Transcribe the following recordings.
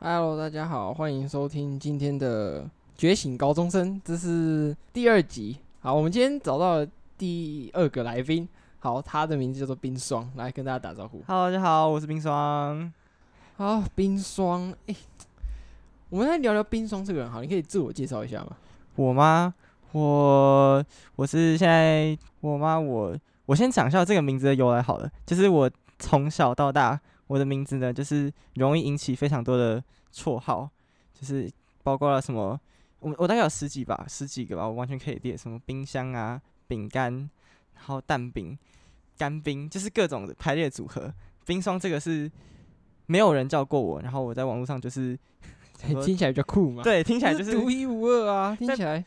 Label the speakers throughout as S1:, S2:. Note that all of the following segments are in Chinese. S1: Hello，大家好，欢迎收听今天的《觉醒高中生》，这是第二集。好，我们今天找到了第二个来宾，好，他的名字叫做冰霜，来跟大家打招呼。
S2: Hello，大家好，我是冰霜。
S1: 好，冰霜，哎、我们来聊聊冰霜这个人，好，你可以自我介绍一下吗？
S2: 我吗？我我是现在我吗？我我先讲一下这个名字的由来好了。就是我从小到大，我的名字呢，就是容易引起非常多的绰号，就是包括了什么，我我大概有十几吧，十几个吧，我完全可以列什么冰箱啊、饼干，然后蛋饼、干冰，就是各种的排列组合。冰霜这个是没有人叫过我，然后我在网络上就是 想说
S1: 听起来比较酷嘛，，
S2: 对听起来就是
S1: 独一无二 啊，听起来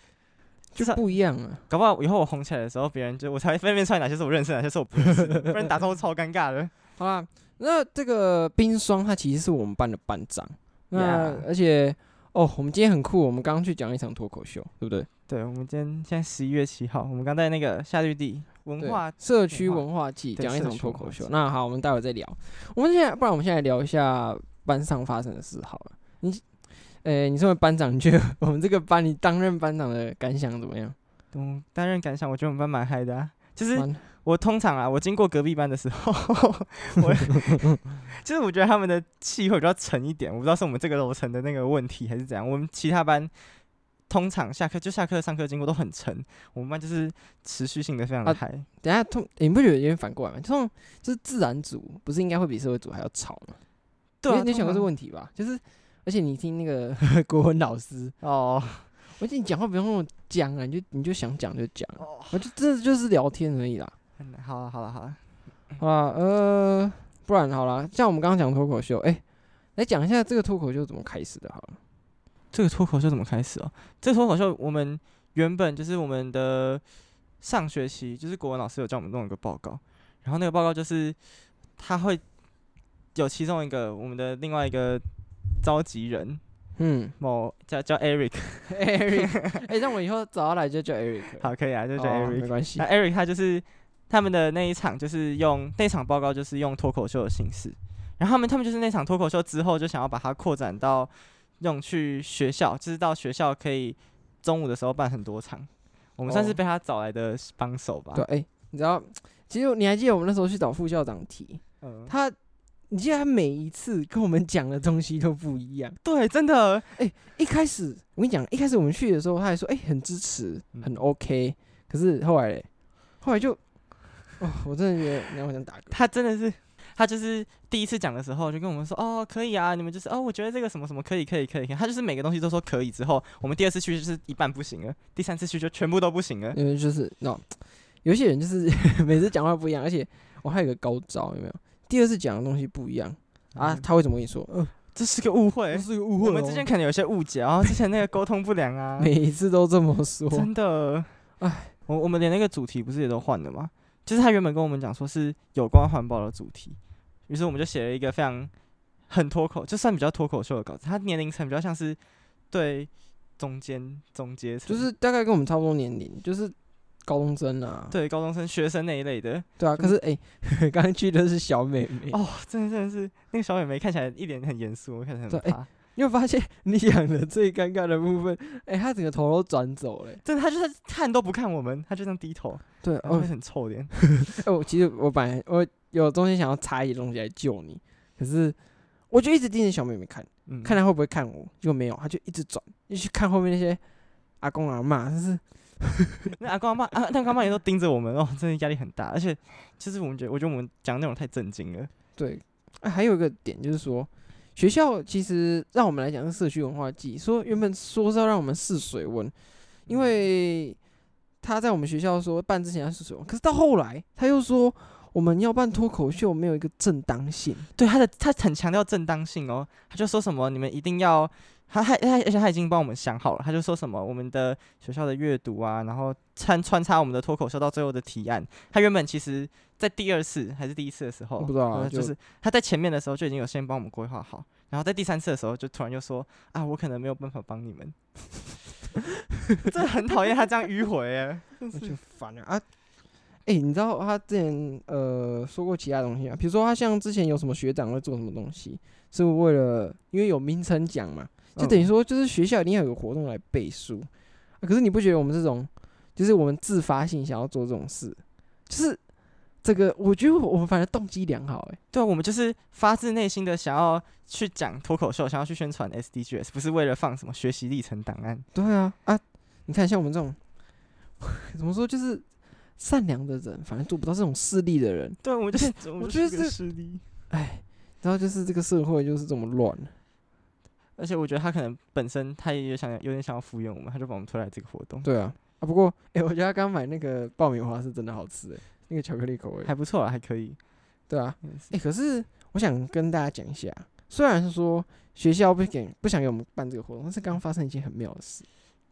S1: 就
S2: 在
S1: 不一样啊。
S2: 搞不好以后我红起来的时候，别人就我才会分辨出来哪些是我认识，哪些是我不认识，不然打招呼超尴尬的。
S1: 好啦，那这个冰霜他其实是我们班的班长，那
S2: Yeah
S1: 而且哦，我们今天很酷，我们刚刚去讲了一场脱口秀，对不对？
S2: 对，我们今天现在十一月七号，我们刚在那个夏绿地文
S1: 对
S2: 化，
S1: 社区
S2: 文化
S1: 文化季
S2: 对
S1: 讲一
S2: 社
S1: 场
S2: 区
S1: 脱
S2: 文化
S1: 口秀。
S2: 季
S1: 那好，我们待会再聊。我们现在，不然我们现在聊一下班上发生的事好了。你，呃，你身为班长，你觉得我们这个班你担任班长的感想怎么样？
S2: 嗯，担任感想，我觉得我们班蛮嗨的、啊。就是
S1: 蛮
S2: 我通常啊，我经过隔壁班的时候，我就是我觉得他们的气会比较沉一点，我不知道是我们这个楼层的那个问题还是怎样。我们其他班通常下课就下课上课经过都很沉，我们班就是持续性的非常
S1: 啊
S2: 的嗨。
S1: 等一下通、诶你不觉得有点反过来吗？这种就是自然组，不是应该会比社会组还要吵吗？
S2: 对啊，
S1: 你你有想过这个
S2: 通
S1: 问题吧？就是，而且你听那个 国文老师，
S2: 常哦
S1: 我觉得你讲话不用那么僵啊，你就你就想讲就讲，啊
S2: 哦，
S1: 我就这就是聊天而已啦。
S2: 很好了好了好啊了。
S1: 好啦，呃，不然好啦，像我们刚刚讲脱口秀，哎、来讲一下这个脱口秀怎么开始的好了。
S2: 这个脱口秀怎么开始哦？这个脱口秀我们原本就是我们的上学期，就是国文老师有叫我们弄一个报告，然后那个报告就是他会有其中一个我们的另外一个召集人，
S1: 嗯
S2: 某叫叫 Eric，
S1: ，Eric，哎、 让我以后找他来就叫 Eric，
S2: 好可以啊，就
S1: 就
S2: 叫 Eric
S1: 没。关系
S2: 那。Eric 他就是他们的那一场，就是用那场报告就是用脱口秀的形式，然后他们他们就是那场脱口秀之后就想要把它扩展到用去学校，就是到学校可以中午的时候办很多场。我们算是
S1: 哦
S2: 被他找来的帮手吧。
S1: 对，哎、你知道，其实你还记得我们那时候去找副校长提，
S2: 嗯，
S1: 他，你记得他每一次跟我们讲的东西都不一样。
S2: 对，真的，
S1: 一开始我跟你讲，一开始我们去的时候，他还说，哎、很支持，很
S2: 嗯
S1: OK，可是后来嘞，后来就，哦，我真的觉得，你让我想打嗝。
S2: 他真的是。他就是第一次讲的时候就跟我们说哦可以啊，你们就是哦我觉得这个什么什么可以可以可以，可以他就是每个东西都说可以之后，我们第二次去就是一半不行了，第三次去就全部都不行了。
S1: 因为就是那有些人就是 每次讲话不一样，而且我还有个高招，有没有？第二次讲的东西不一样啊，
S2: 嗯
S1: 他会怎么跟你说？嗯，
S2: 这是个误会，
S1: 是个误哦，
S2: 我们之间可能有些误解，然 后之前那个沟通不良啊
S1: 每一次都这么说，
S2: 真的，哎，我我们连那个主题不是也都换了吗？就是他原本跟我们讲说是有关环保的主题，于是我们就写了一个非常很脱口，就算比较脱口秀的稿子，他年龄层比较像是对中间中阶层，
S1: 就是大概跟我们差不多年龄，就是高中生啊，
S2: 对高中生、学生那一类的。
S1: 对啊。可是哎， 刚、刚去的是小妹妹，
S2: 哦，真的真的是那个小美眉看起来一脸很严肃，我看起来
S1: 对哎
S2: 很怕。
S1: 你有发现你讲的最尴尬的部分，哎、她整个头都转走了、
S2: 真的，她就是看都不看我们，她就这样低头，
S1: 对，
S2: 然后
S1: 哦
S2: 会，很臭脸。
S1: 哎，我其实我本来我有中间想要插一些东西来救你，可是我就一直盯着小妹妹看。
S2: 嗯，
S1: 看他会不会看我，结果没有，他就一直转，一直去看后面那些阿公阿嬷，就是
S2: 那阿公阿妈啊，那阿公阿妈也都盯着我们哦，真的压力很大。而且，就是我们觉得，我觉得我们讲内容太震惊了。
S1: 对、啊。还有一个点就是说，学校其实让我们来讲是社区文化季，说原本说是要让我们试水温，因为他在我们学校说办之前要试水温，可是到后来他又说我们要办脱口秀没有一个正当性，
S2: 对他的，他很强调正当性哦，他就说什么你们一定要，他他他，而且他已经帮我们想好了，他就说什么我们的学校的阅读啊，然后穿穿插我们的脱口秀到最后的提案。他原本其实在第二次还是第一次的时候，
S1: 我不知道啊
S2: 呃
S1: 就
S2: 就是他在前面的时候就已经有先帮我们规划好，然后在第三次的时候就突然又说啊，我可能没有办法帮你们。 这很讨厌他这样迂回哎，
S1: 我
S2: 真是
S1: 就烦了啊！哎、你知道他之前呃说过其他东西啊，比如说他像之前有什么学长会做什么东西，是为了因为有名称奖嘛，就等于
S2: 嗯
S1: 说就是学校一定要有个活动来背书、啊可是你不觉得我们这种就是我们自发性想要做这种事，就是这个我觉得我们反而动机良好哎、
S2: 对啊，我们就是发自内心的想要去讲脱口秀，想要去宣传 SDGs，不是为了放什么学习历程档案。
S1: 对啊啊，你看像我们这种 怎么说就是善良的人，反而做不到这种势利的人，
S2: 对，我们就是，
S1: 啊我
S2: 我
S1: 觉得这
S2: 实力。
S1: 哎，然后就是这个社会就是这么乱。
S2: 而且我觉得他可能本身他也有想有点想要敷衍我们，他就把我们推来这个活动，
S1: 对啊，啊不过哎、欸我觉得他刚买那个爆米花是真的好吃哎、那个巧克力口味。
S2: 还不错啊，还可以。
S1: 对啊，
S2: 也是
S1: 哎、可是我想跟大家讲一下，虽然是说学校不给不想给我们办这个活动，但是刚刚发生一件很妙的事。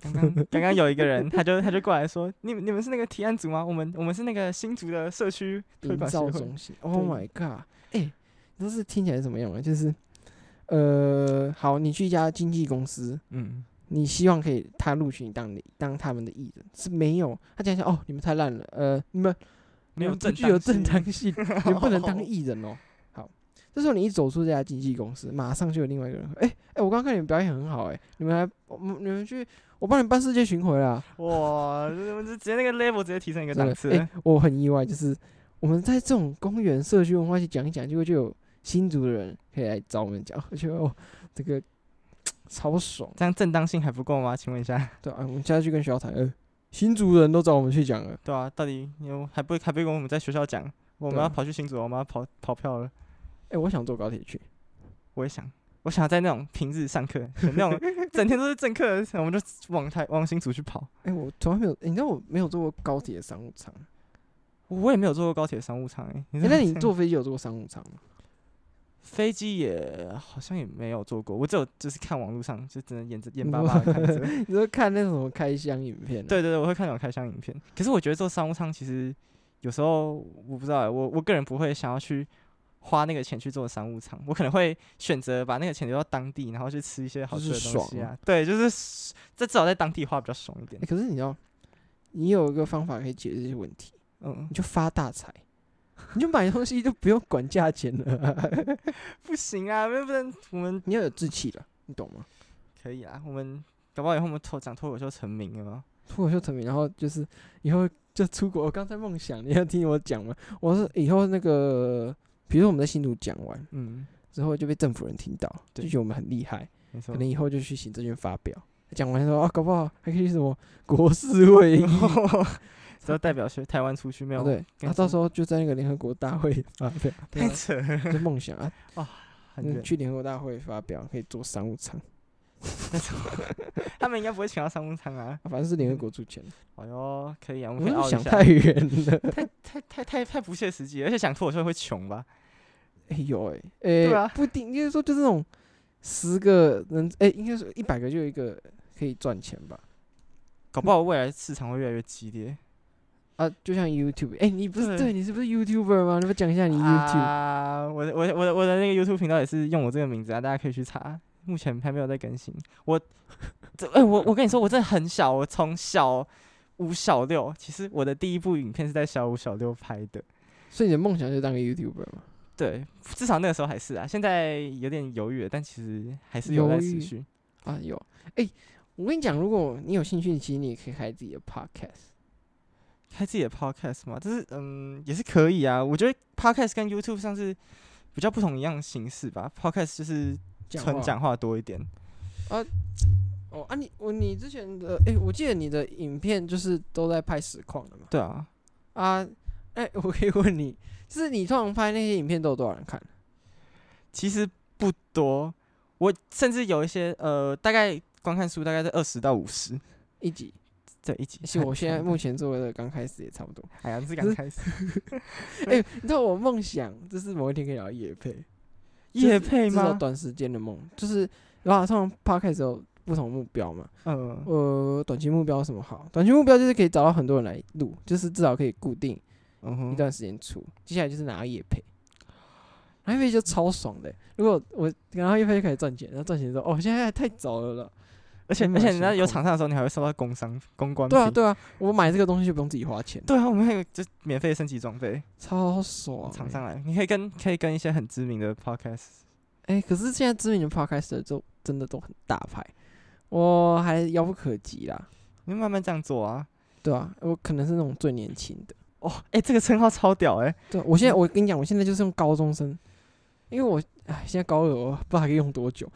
S2: 刚刚刚刚有一个人，他就他就过来说：“你们你们是那个提案组吗？我们我们是那个新竹的社区推
S1: 营
S2: 广协
S1: 造
S2: 会。
S1: 中心，Oh my god！哎、欸，都是听起来是怎么样啊？就是呃，好，你去一家经纪公司，”
S2: 嗯，
S1: 你希望可以他录取你当你当他们的艺人是没有，他讲一下哦，你们太烂了，呃，你们
S2: 没有
S1: 嗯不
S2: 正
S1: 具有
S2: 当
S1: 正
S2: 性
S1: 当性，你们不能 当艺人哦。好，这时候你一走出这家经纪公司，马上就有另外一个人说，哎、哎、我刚刚看你们表演很好、哎，你们还我们你们去，我帮你们办世界巡回啦。
S2: 哇，这我们直接那个 level 直接提升一个
S1: 真
S2: 档
S1: 的
S2: 次
S1: 哎、
S2: 了。
S1: 我很意外，就是我们在这种公园社区文化去讲一讲，结果就有新竹的人可以来找我们讲，我觉得哦，这个超爽。啊
S2: 这样正当性还不够吗？请问一下，
S1: 对啊，我们现在去跟学校谈，呃、新竹人都找我们去讲了。
S2: 对啊，到底有还不还不跟我们在学校讲，我们
S1: 对啊
S2: 要跑去新竹，我们要跑跑票了。
S1: 哎、我想坐高铁去。
S2: 我也想，我想要在那种平日上课，选那 种整天都是政客，我们就往台往新竹去跑。
S1: 哎、我从来没有、你知道我没有坐过高铁商务舱。
S2: 我也没有坐过高铁商务舱哎、你
S1: 哎、
S2: 知道
S1: 那
S2: 吗
S1: 你
S2: 这样
S1: 坐飞机有坐过商务舱吗？
S2: 飞机也好像也没有坐过，我只有就是看网络上就只能眼着眼
S1: 你
S2: 巴
S1: 说
S2: 巴的看着。对
S1: 你说看那种什么开箱影片、啊？，
S2: 对对，我会看那种开箱影片。可是我觉得坐商务舱其实有时候我不知道欸，我我个人不会想要去花那个钱去坐商务舱，我可能会选择把那个钱留到当地，然后去吃一些好
S1: 就是
S2: 吃的东
S1: 爽
S2: 西
S1: 啊
S2: 啊。对，就是这至少在当地花比较爽一点
S1: 欸。可是你知道，你有一个方法可以解决这些问题，
S2: 嗯
S1: 你，就发大财，你就买东西就不用管价钱了，
S2: 不行啊，不能我们
S1: 你要有志气了，你懂吗？
S2: 可以啊，我们搞不好以后我们脱讲脱口秀成名了吗？
S1: 脱口秀成名，然后就是以后就出国。我刚才梦想，你要听我讲吗？我是以后那个，比如说我们在新竹讲完
S2: 嗯，
S1: 之后，就被政府人听到，就
S2: 对
S1: 觉得我们很厉害，
S2: 没错
S1: 可。能 以后就去行政院发表。讲完说啊，搞不好还可以去什么国事会 议，
S2: 只要代表去台湾出去没有？
S1: 啊对，
S2: 跟
S1: 啊，到
S2: 新
S1: 时候就在那个联合国大会发表，对
S2: 太
S1: 啊
S2: 扯了，
S1: 就梦想啊，
S2: 很
S1: 嗯
S2: 远。
S1: 去联合国大会发表可以做商务舱，
S2: 他们应该不会请到商务舱啊。
S1: 啊反正是联合国出钱，
S2: 哎呦，可以啊，我
S1: 我
S2: 们可以
S1: 们
S2: 熬
S1: 想
S2: 一下。
S1: 太远了。
S2: 太太太太不切实际了，而且想脱口秀会穷吧？
S1: 哎呦哎，哎、
S2: 啊
S1: 不一定，应该说就是那种十个人，哎、应该说一百个就有一个可以赚钱吧？
S2: 搞不好未来市场会越来越激烈。
S1: 啊，就像 YouTube，哎、你不是
S2: 对
S1: 对你是不是 YouTuber 吗？你不讲一下你 YouTube？、
S2: 啊，我的我的我的我的那个 YouTube 频道也是用我这个名字啊，大家可以去查。目前还没有在更新。我 这哎、我我跟你说，我真的很小，我从小五小六，其实我的第一部影片是在小五小六拍的。
S1: 所以你的梦想就是当个 YouTuber 嘛？
S2: 对，至少那个时候还是啊，现在有点犹豫了，但其实还是有在
S1: 犹
S2: 持
S1: 豫
S2: 续。
S1: 啊有，哎、我跟你讲，如果你有兴趣，其实你也可以开自己的 Podcast。
S2: 开自己的 podcast 嘛，就是嗯，也是可以啊。我觉得 podcast 跟 YouTube 上是比较不同一样的形式吧。podcast 就是纯
S1: 话
S2: 讲话多一点，
S1: 哦啊你，我你之前的哎、我记得你的影片就是都在拍实况的嘛？
S2: 对啊。
S1: 啊，哎、我可以问你，就是你通常拍那些影片都有多少人看？
S2: 其实不多，我甚至有一些呃，大概观看数大概在二十到五十
S1: 一集？
S2: 这一集。
S1: 是我现在目
S2: 前
S1: 前做的刚开始也差不多。
S2: 哎呀，这
S1: 就
S2: 刚
S1: 是
S2: 开始
S1: 哎、你知道我梦想就是某一天可以聊夜配，就是
S2: 夜配
S1: 至少
S2: 吗？
S1: 短时间的梦，就是啊然后上 p o d c a s 有不同目标嘛。
S2: 嗯，
S1: 呃，短期目标有什么好？短期目标就是可以找到很多人来录，就是至少可以固定
S2: 嗯
S1: 一
S2: 哼，
S1: 段时间出。接下来就是拿到夜配，拿夜配就超爽的欸、如果我拿到夜配就可以赚钱，然后赚钱之后，哦，现在还太早了了。
S2: 而且
S1: 真
S2: 而
S1: 蛮
S2: 且你
S1: 辛
S2: 知道有
S1: 苦
S2: 厂商的时候，你还会收到工商公关
S1: 对啊，
S2: 品
S1: 对啊，我买这个东西就不用自己花钱，
S2: 对啊，我们还有就是免费升级装备，
S1: 超爽、
S2: 厂
S1: 欸。
S2: 商来，你可以跟可以跟一些很知名的 podcast，
S1: 哎、可是现在知名的 podcast 都真的都很大牌，我还遥不可及啦。
S2: 你就慢慢这样做啊。
S1: 对啊，我可能是那种最年轻的。
S2: 哦，哎、这个称号超屌哎、
S1: 对啊，我现在我跟你讲，我现在就是用高中生，因为我哎，现在高二我不知道还可以用多久。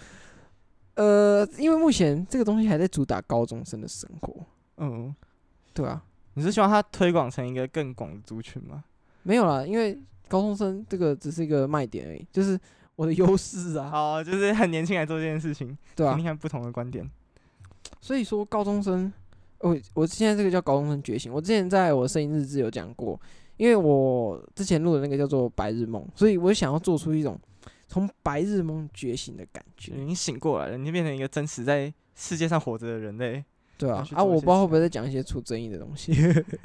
S1: 呃，因为目前这个东西还在主打高中生的生活，
S2: 嗯，
S1: 对啊，
S2: 你是希望它推广成一个更广的族群吗？
S1: 没有啦，因为高中生这个只是一个卖点而已，就是我的优势啊，
S2: 哦，就是很年轻来做这件事情，
S1: 对啊
S2: 听，看不同的观点。
S1: 所以说高中生，我我现在这个叫高中生觉醒。我之前在我的摄影日志有讲过，因为我之前录的那个叫做白日梦，所以我想要做出一种从白日梦觉醒的感觉，
S2: 你醒过来了，你变成一个真实在世界上活着的人类，
S1: 对
S2: 要
S1: 啊
S2: 去，
S1: 啊，
S2: 做一
S1: 我
S2: 些
S1: 不知道
S2: 事
S1: 会不会在讲一些出争议的东 西。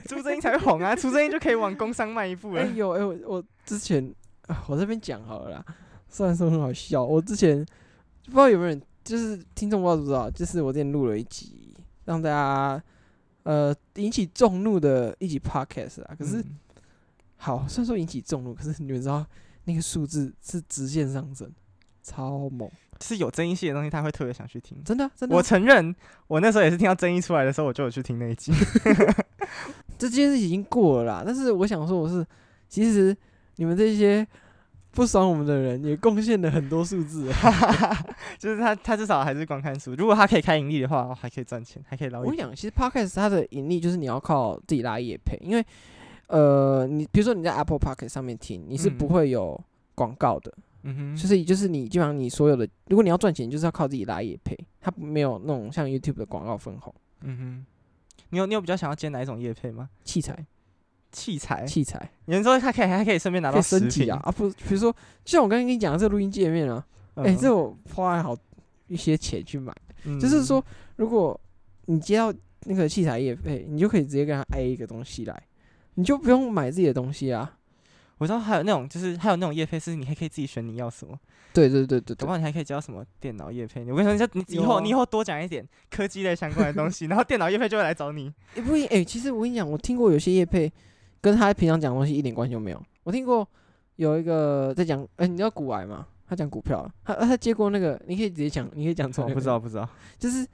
S2: 出征英才会红啊，出征英就可以往工商迈一步
S1: 哎
S2: 了。
S1: 呦哎，我我之前啊我这边讲好了啦，虽然说很好笑，我之前不知道有没有人，就是听众不知道知不知道，就是我之前录了一集让大家呃引起众怒的一集 podcast 啊，可是。
S2: 嗯
S1: 好，虽然说引起众怒，可是你们知道那个数字是直线上升，超猛，
S2: 是有争议性的东西，他会特别想去听。
S1: 真的啊、真的啊、
S2: 我承认，我那时候也是听到争议出来的时候，我就有去听那一 集。
S1: 这件事已经过了啦，但是我想说我是，其实你们这些不爽我们的人也贡献了很多数字啊。
S2: 就是他，他至少还是光看书。如果他可以开盈利的话，哦还可以赚钱，还可以捞
S1: 我
S2: 一
S1: 跟你讲，其实 podcast 它的盈利就是你要靠自己拉业配，因为呃，你比如说你在 Apple Podcast 上面听，你是不
S2: 嗯
S1: 会有广告的。
S2: 嗯哼，
S1: 所以就是你基本上你所有的，如果你要赚钱，你就是要靠自己拉业配，它没有那种像 YouTube 的广告分红
S2: 嗯哼，你有你有比较想要接哪一种业配吗？
S1: 器材
S2: 器材，
S1: 器材。
S2: 有人说他可以还可以顺便拿
S1: 可
S2: 到
S1: 以升
S2: 食
S1: 级
S2: 品
S1: 啊，啊不，比如说像我刚刚跟你讲的这个录音界面啊，哎、
S2: 嗯
S1: 这我花了好一些钱去买，就是
S2: 嗯
S1: 说如果你接到那个器材业配，你就可以直接跟他 A 一个东西来，你就不用买自己的东西啊。
S2: 我知道还有那种就是还有那种业配是你还可以自己选你要什么，
S1: 对对对对对
S2: 搞不，好你还可以教什么电脑业配。我跟你说，你以
S1: 有
S2: 后
S1: 啊
S2: 你以后多讲一点科技类相关的东西，然后电脑业配就会来找 你。
S1: 也不一定哎、其实我跟你讲，我听过有些业配跟他平常讲的东西一点关系都没有。我听过有一个在讲，哎、你知道股癌吗？他讲股票，啊他他接过那个，你可以直接讲，你可以讲出
S2: 我
S1: 来。
S2: 哦不知，道不知道，
S1: 就是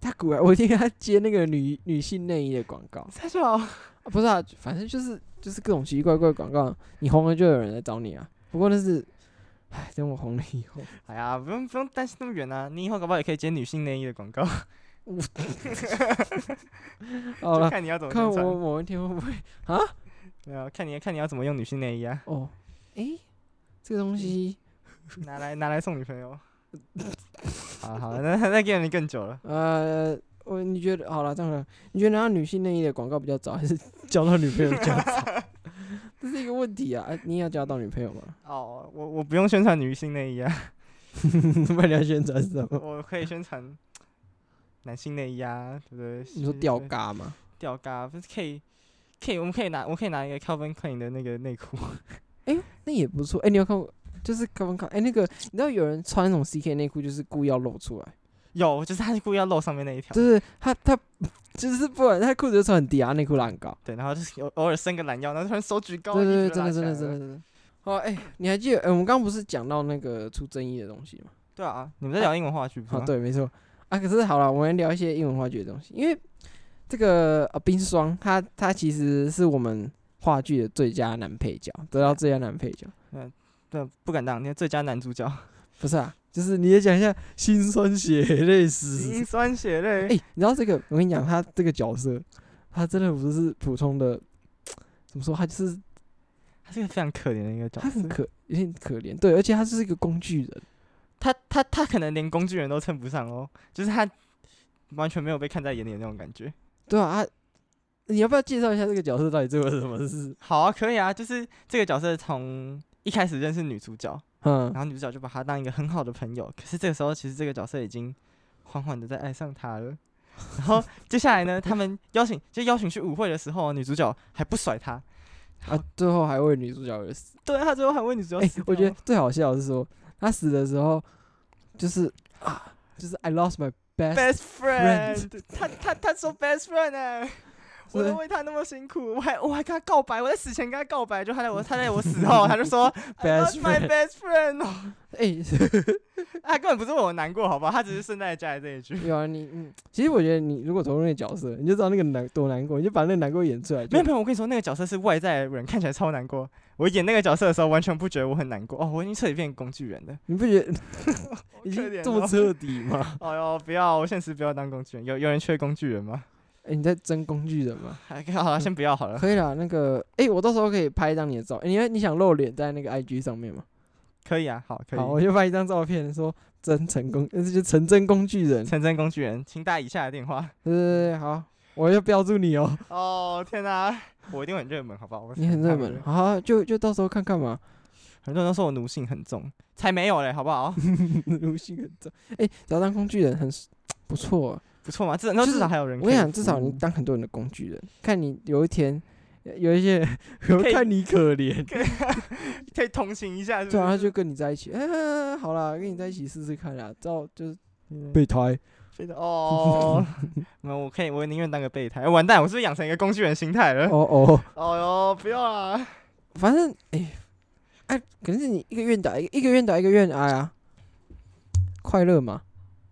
S1: 他股癌，我听他接那个女女性内衣的广告，
S2: 他就好
S1: 啊不是啊，反正就是就是各种奇奇怪怪的广告，你红了就有人来找你啊。不过那是，唉，等我红了以 后，
S2: 哎呀，不用不用担心那么远啊，你以后搞不好也可以接女性内衣的广 告，
S1: 好
S2: 就
S1: 了，
S2: 看你要怎么
S1: 看
S2: 宣
S1: 我
S2: 传。
S1: 某一天会不会
S2: 没有，看你看你要怎么用女性内衣啊，
S1: 哦，诶、这个东西
S2: 拿来拿来送女朋 友。好了好了，那那 g a 你更久了。
S1: 呃，我你觉得好了，这样了，你觉得拿到女性内衣的广告比较早，还是交到女朋友比较早？这是一个问题啊！啊你也要交到女朋友吗？
S2: 哦，我我不用宣传女性内衣啊。
S1: 不然你要宣传什么？
S2: 我可以宣传 男性内衣啊，对不对？
S1: 你说
S2: 是
S1: 吊
S2: 对
S1: 嘎吗？
S2: 吊嘎，不是可以，可以，我们可以拿，我可以拿一个 Calvin Klein 的那个内裤，
S1: 那也不错。哎、你有看过？就是看不看？哎、那个你知道有人穿那种 CK 内裤，就是故意要露出来。
S2: 有，就是他是故意要露上面那一条，
S1: 就是他他就是不管他裤子就穿很低啊，内裤拉很高。
S2: 对，然后就是偶偶尔伸个懒腰，然后突然手举高，
S1: 对
S2: 衣
S1: 对对，
S2: 服就
S1: 真
S2: 拉
S1: 的
S2: 起
S1: 真
S2: 来
S1: 的真
S2: 了
S1: 的真的。好，哎、你还记得？哎、我们刚刚不是讲到那个出争议的东西吗？
S2: 对啊，你们在聊英文话剧不是
S1: 啊，
S2: 吗，
S1: 对，没错。啊，可是好了，我们聊一些英文话剧的东西，因为这个呃冰霜，他他其实是我们话剧的最佳男配角，得到最佳男配角。
S2: 对，不敢当，你看最佳男 主角，
S1: 不是啊，就是你也讲一下心酸血泪史。
S2: 心酸血
S1: 哎、
S2: 泪，
S1: 你知道这个？我跟你讲，他这个角色，他真的不是普通的，怎么说？他就是
S2: 他是个非常可怜的一个角
S1: 他很
S2: 色，
S1: 可有点可怜，对，而且他就是一个工具人，
S2: 他他他可能连工具人都称不上哦，就是他完全没有被看在眼里的那种感觉。
S1: 对啊，他你要不要介绍一下这个角色到底做了什么事？
S2: 好啊，可以啊，就是这个角色从一开始认识女主角，
S1: 嗯
S2: 然，后女主角就把她当一个很好的朋友，可是这个时候其实这个角色已经缓缓的在爱上他了。然后接下来呢，他们邀请就邀请去舞会的时候，女主角还不甩他，
S1: 啊，最后还为女主角而死。
S2: 对他最后还为女主角
S1: 哎、
S2: 死掉
S1: 我觉得最好笑的是说，他死的时候就是啊，就是 I lost my best
S2: best friend，他他他说 best friend 哎、我都为他那么辛苦，我还我还跟他告白，我在死前跟他告白，就他在我他在我死后，他就说 I
S1: Best
S2: lost my
S1: friend
S2: best friend，哦
S1: 哎、
S2: 他根本不是我难过，好不好？他只是顺带加了这一句。
S1: 有啊，你嗯，其实我觉得你如果投入那个角色，你就知道那个难多难过，你就把那个难过演出来就。
S2: 没有没有，我跟你说，那个角色是外在的人，看起来超难过。我演那个角色的时候，完全不觉得我很难过。哦，我已经彻底变工具人 了，
S1: 你不 觉得
S2: 好
S1: 已
S2: 可
S1: 经
S2: 怜
S1: 这么
S2: 哦
S1: 彻 底吗？
S2: 哎呦，不要，我现实不要当工具人。有有人缺工具人吗？
S1: 哎、你在争工具人吗？
S2: 还好啦，先不要好了。
S1: 可以啦，那个哎、我到时候可以拍一张你的照，哎你你想露脸在那个 IG 上面吗？
S2: 可以啊，好，可
S1: 好，
S2: 以。
S1: 我就拍一张照片，说真成功，呃这就成真工具 人。
S2: 成真工具人，请打以下的电话。
S1: 对对对，好，我就标注你哦，
S2: 哦，天哪、我一定很热门，好不好？我是
S1: 你很热
S2: 看
S1: 门，
S2: 的
S1: 好啊，就就到时候看看 嘛。
S2: 很多人都说我奴性很重，才没有嘞，好不好？
S1: 奴性很重，哎、只要当工具人很不错、啊。
S2: 不错嘛，至那
S1: 就是
S2: 至少还有人
S1: 我
S2: 可以服务。嗯
S1: 跟你讲，至少你当很多人的工具人，看你有一天有一 些有
S2: 可以
S1: 看你可怜，
S2: 可以同情一下，是不是
S1: 对啊，他就跟你在一起，哎、好啦，跟你在一起试试看啦，照就是
S2: 嗯
S1: 备胎。
S2: 非常哦， 那我可以，我宁愿当个备胎。哎完蛋，我是不是养成一个工具人心态了？
S1: 哦哦，
S2: 哦哟，不要啦！
S1: 反正哎哎、可是你一个愿打一个一个愿打一个愿挨啊，快乐嘛，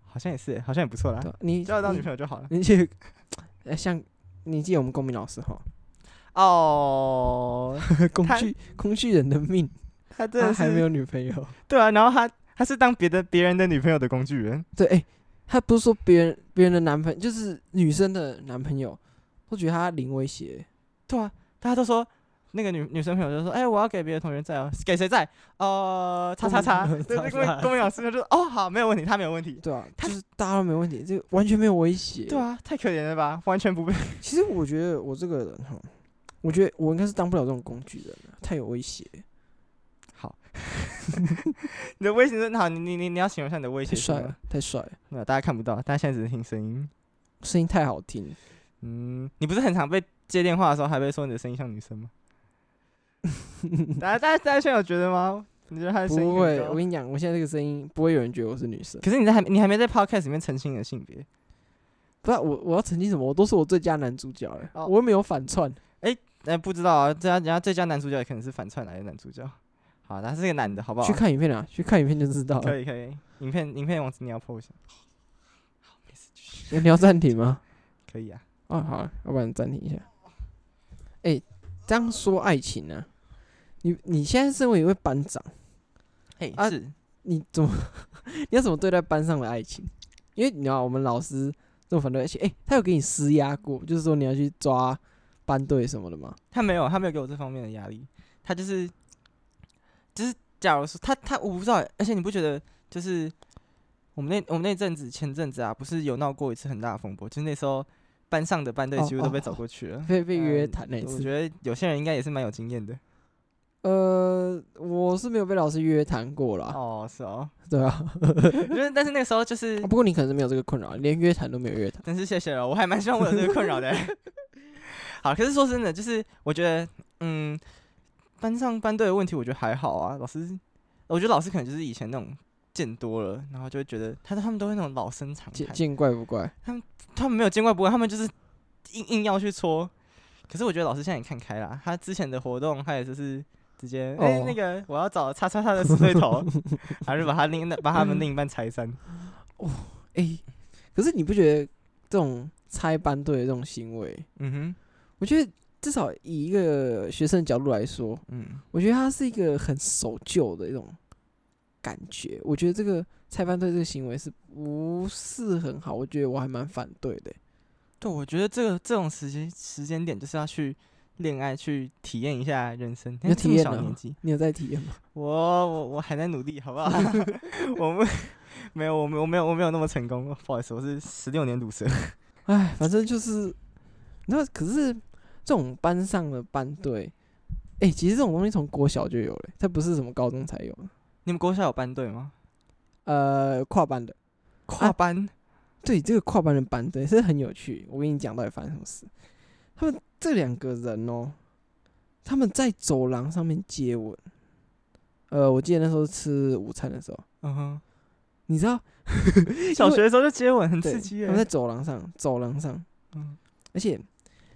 S2: 好像也是，好像也不错啦
S1: 对，吧你
S2: 啊交得到女
S1: 友，
S2: 朋友就好了。
S1: 你去， 哎、像你记得我们公民老师 哈，
S2: 哦，
S1: 工
S2: 他
S1: 具工具人的命，
S2: 他真
S1: 他
S2: 的
S1: 还没
S2: 是
S1: 有女朋 友。
S2: 对啊，然后他他是当别的别人的女朋友的工具人，
S1: 对，哎、他不是说别人别人的男朋友，就是女生的男朋友，都觉得他零威胁。
S2: 对啊，大家都说。那个女女生朋友就说：“哎、我要给别的同学载哦，给谁载？呃，叉叉叉。
S1: 公民
S2: 对”
S1: 叉
S2: 对，公民
S1: 叉
S2: 公民老师他就说：“哦，好，没有问题，他没有问题。
S1: 对啊，
S2: 他
S1: 就是大家都没问题，这个完全没有威”胁。
S2: 对，啊，太可怜了吧，完全不被
S1: 其实我觉得我这个人哈，我觉得我应该是当不了这种工具人了，太有威胁，
S2: 好。你的威胁是好，你你你你要形容一下你的威胁
S1: 太
S2: 是
S1: 帅
S2: 什么
S1: 了，太帅了，
S2: 没有，大家看不到，大家现在只是听声音。
S1: 声音太好听了。
S2: 嗯，你不是很常被接电话的时候还被说你的声音像女 生吗？大家大家大家现在有觉得吗？你觉得他的声音
S1: 不
S2: 很
S1: 会，
S2: 高
S1: 我跟你讲，我现在这个声音不会有人觉得我是女生。
S2: 可是你在还你还没在 podcast 里面澄清你的性别。
S1: 不是我，我要澄清什么？我都是我最佳男主角了，
S2: 哦
S1: 我又没有反串。
S2: 哎、不知道啊，这家人家最佳男主角也可能是反串来的男主角。好，他是个男的，好不好？
S1: 去看影片啊，去看影片就知道了。
S2: 可以可以，影片影片网址你要 po 一下。好，没事，继续
S1: 你要暂停吗？
S2: 可以啊。
S1: 啊，好啊，要不然暂停一下。哎、这样说爱情呢、你你现在身为一位班长，
S2: 嘿、
S1: 啊
S2: 是
S1: 你怎么 你要怎么对待班上的爱情？因为你知道我们老师这么反对爱情，哎、他有给你施压过，就是说你要去抓班队什么的吗？
S2: 他没有，他没有给我这方面的压力，他就是就是，假如说他他我不知道欸，而且你不觉得就是我们那我们那阵子前阵子啊，不是有闹过一次很大的风波，就是那时候班上的班队
S1: 哦
S2: 几乎都被
S1: 哦
S2: 找过去了。
S1: 被被约
S2: 嗯
S1: 谈那一
S2: 我
S1: 次？
S2: 觉得有些人应该也是蛮有经验的。
S1: 呃，我是没有被老师约谈过啦，
S2: 哦，是哦，
S1: 对啊。
S2: 就是但是那个时候就是
S1: 啊，不过你可能是没有这个困扰，连约谈都没有约谈。
S2: 真是谢谢哦了，我还蛮希望我有这个困扰 的欸。好，可是说真的，就是我觉得，嗯，班上班队的问题，我觉得还好啊。老师，我觉得老师可能就是以前那种见多了，然后就会觉得他他们都会那种老生常
S1: 见
S2: 谈，
S1: 见怪不怪，
S2: 他们没有见怪不怪，他们就是硬硬要去戳。可是我觉得老师现在也看开了，他之前的活动，他也就是直接，哎、
S1: 哦
S2: 那个我要找叉叉叉的死对头， 还是把他另把他们另一半拆散。
S1: 哎、可是你不觉得这种拆班队的这种行为，
S2: 嗯哼，
S1: 我觉得至少以一个学生的角度来说，
S2: 嗯，
S1: 我觉得他是一个很守旧的一种感觉。我觉得这个裁判队这个行为是不是很好？我觉得我还蛮反对的欸、
S2: 对，我觉得这个这种时间时间点就是要去恋爱，去体验一下人生。
S1: 你
S2: 哎
S1: 有
S2: 这
S1: 体
S2: 么
S1: 验
S2: 小
S1: 了
S2: 年
S1: 吗
S2: 纪，
S1: 你有在体验吗？
S2: 我我我还在努力，好不好？ 我们没有，我没有，我没有，我没有那么成功。不好意思，我是十六年毒蛇。
S1: 唉，反正就是，那可是这种班上的班队，哎、其实这种东西从国小就有了欸、它不是什么高中才有的，
S2: 你们国校有班队吗？啊
S1: 呃，跨班的。
S2: 跨班？
S1: 对这个跨班的班队是很有趣。我跟你讲，到底发生什么事？他们这两个人哦，他们在走廊上面接吻。呃，我记得那时候吃午餐的时候，
S2: 嗯哼，
S1: 你知道
S2: 小学的时候就接吻，很
S1: 对
S2: 刺激
S1: 他们在
S2: 耶。
S1: 走廊上，走廊上，
S2: 嗯
S1: 而且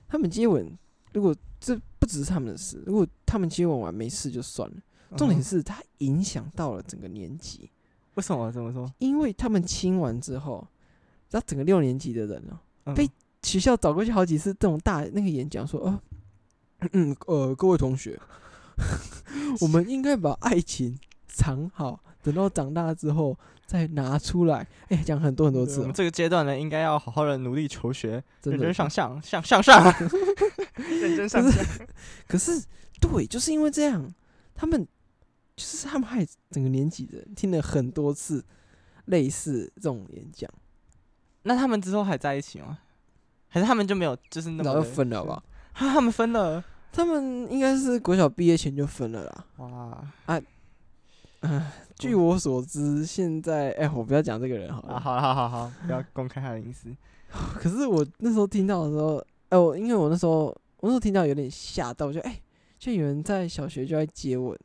S1: 他们接吻，如果这不只是他们的事，如果他们接吻完没事就算了，重点
S2: 嗯
S1: 是它影响到了整个年级，
S2: 为什么？怎么说？
S1: 因为他们亲完之后，然后整个六年级的人哦、
S2: 嗯
S1: 被学校找过去好几次这种大那个演讲说，哦，嗯呃，各位同学， 我们应该把爱情藏好，等到长大之后再拿出来。哎、讲很多很多
S2: 对
S1: 次、
S2: 我
S1: 哦
S2: 们，这个阶段呢，应该要好好的努力求学，
S1: 真
S2: 认
S1: 的
S2: 真。上向向向上， 认真上
S1: 就
S2: 向。
S1: 可是对，就是因为这样，他们就是他们害整个年级的人听了很多次类似这种演讲，
S2: 那他们之后还在一起吗？还是他们就没有就是那么
S1: 然后
S2: 的
S1: 就分了好不好？
S2: 啊， 他们分了
S1: 他们应该是国小毕业前就分了啦。
S2: 哇！哦
S1: 据我所知，现在哎、我不要讲这个人好了。
S2: 啊，好了，好好好，不要公开他的隐 私。
S1: 可是我那时候听到的时候，哎、我因为我那时候我那时候听到有点吓到，我就哎、就有人在小学就在接吻。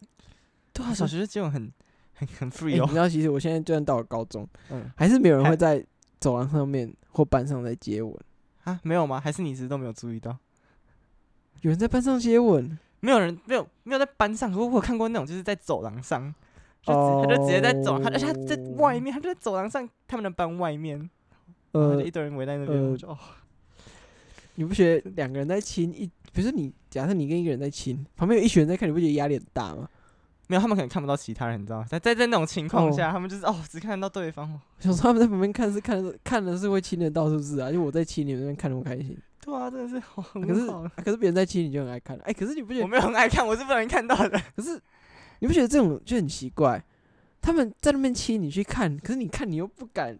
S1: 对
S2: 哇，啊小学的接吻很很很
S1: 哎
S2: free
S1: 你知
S2: 哦。
S1: 道，其实我现在就算到了高中，
S2: 嗯
S1: 还是没有人会
S2: 还
S1: 在走廊上面或班上在接吻。
S2: 啊，没有吗？还是你一直都没有注意到？
S1: 有人在班上接吻，
S2: 没有人，没有没有在班上，可我有看过那种就是在走廊上，就直他就直接在走廊，他而且他在
S1: 哦
S2: 外面，他就在走廊上，他们的班外面，然后
S1: 呃
S2: 就，一堆人围在哦那边，
S1: 呃
S2: 我就哦，
S1: 你不觉得两个人在亲一，比如说你假设你跟一个人在亲，旁边有一群人在看，你不觉得压力很大吗？
S2: 没有，他们可能看不到其他人，你知道吗？在在在那种情况下，他们就是哦，只看得到对方。哦
S1: 想说他们在旁边看是看的看的是会亲得到是不是啊？就我在亲你们那边看那么开心，
S2: 对啊，真的是， 哦很
S1: 可是
S2: 好
S1: 啊可是别人在亲你就很爱看，哎、可是你不觉
S2: 我
S1: 得？
S2: 没有很爱看，我是不小心看到的。
S1: 可是你不觉得这种就很奇怪？他们在那边亲你去看，可是你看你又不敢，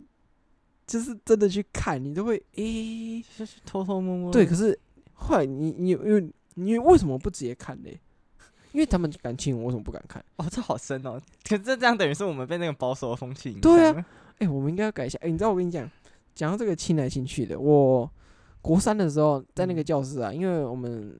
S1: 就是真的去看，你都会诶、
S2: 就是偷偷摸摸
S1: 对，可是后来你你因为你为什么不直接看嘞？因为他们敢亲我，为什么不敢看？
S2: 哦，这好深哦。可是这这样等于是我们被那个保守的风气影响。
S1: 对啊，哎、我们应该要改一下。哎、你知道我跟你讲，讲到这个亲来亲去的，我国三的时候在那个
S2: 嗯
S1: 教室啊，因为我们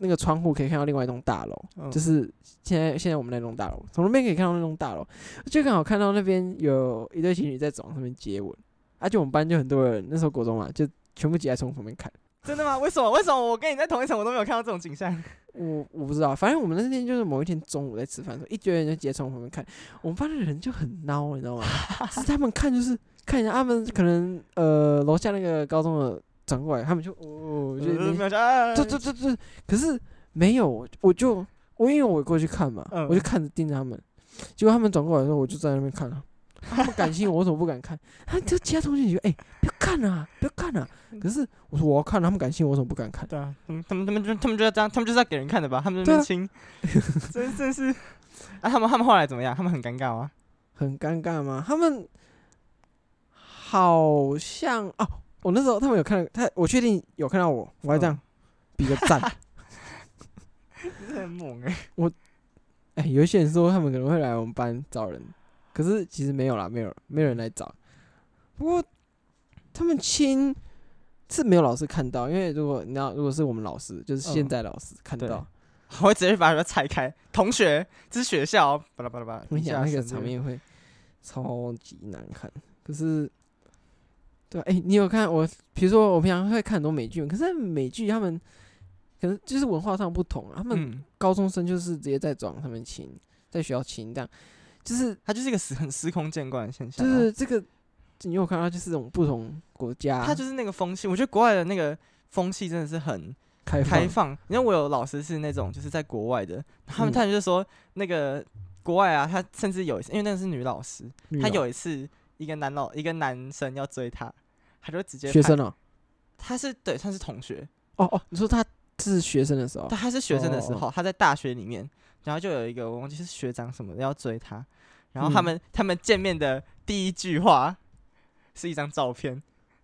S1: 那个窗户可以看到另外一栋大楼，
S2: 嗯
S1: 就是现在现在我们那栋大楼，从那边可以看到那栋大楼，就刚好看到那边有一对情侣在走廊上面接吻，而且我们班就很多人，那时候国中嘛，就全部挤在窗户旁边看。
S2: 真的吗？为什么？为什么我跟你在同一层，我都没有看到这种景象？
S1: 我我不知道，反正我们那天就是某一天中午在吃饭的时候，一堆人就直接从我旁边看，我们班的人就很孬，你知道吗？是他们看就是看一下，他们可能呃楼下那个高中的转过来，他们就哦，
S2: 我
S1: 就
S2: 觉得没
S1: 就
S2: 有啊，
S1: 这这这，可是没有，我我就我因为我过去看嘛，
S2: 嗯
S1: 我就看着盯着他们，结果他们转过来的时候，我就在那边看了、他们感兴我，我怎么不敢看？他这其他同学就觉得哎、不要看啊，不要看啊！
S2: 嗯
S1: 可是我说我要看，他们感兴我，我怎么不敢看？
S2: 对啊，他们他们他们就他们就要这样，他们就是要给人看的吧？他们在那边亲， 真真是。啊，他们他们后来怎么样？他们很尴尬吗？
S1: 很尴尬吗？他们好像哦，我那时候他们有看到他，我确定有看到我，我还这样
S2: 嗯
S1: 比个 赞。
S2: 真的很猛哎、
S1: 哎、有一些人说他们可能会来我们班找人，可是其实没有啦，没有没有人来找。不过他们亲是没有老师看到，因为如果你知道，如果是我们老师，就是现
S2: 嗯
S1: 在老师看
S2: 对
S1: 到，
S2: 我会直接把它拆开。同学，这是学校，巴拉巴拉巴拉。
S1: 我跟你讲那
S2: 一下
S1: 个
S2: 子
S1: 场面会超级难看。可是，对啊，哎、你有看我？比如说我平常会看很多美剧，可是美剧他们可能就是文化上不同啊，他们
S2: 嗯，
S1: 高中生就是直接在床上面亲，在学校亲这样，就是
S2: 它就是一个时很司空见惯的现象、
S1: 就
S2: 啊。
S1: 是这个，你有看到就是这种不同国家，
S2: 它就是那个风气，我觉得国外的那个风气真的是很
S1: 开
S2: 开放。因为我有老师是那种就是在国外的，他
S1: 嗯
S2: 们他们就说那个国外啊，他甚至有一次，因为那是女老师，
S1: 女
S2: 她
S1: 老
S2: 有一次一个男老一个男生要追她，她就直接
S1: 学
S2: 派
S1: 生哦、
S2: 他是对，他是同学，
S1: 哦哦，你说他是学生的时候，
S2: 但他是学生的时
S1: 哦哦
S2: 候，他在大学里面，然后就有一个我忘记是学长什么的要追他，然后他
S1: 嗯
S2: 们、他们见面的第一句话是一张照片，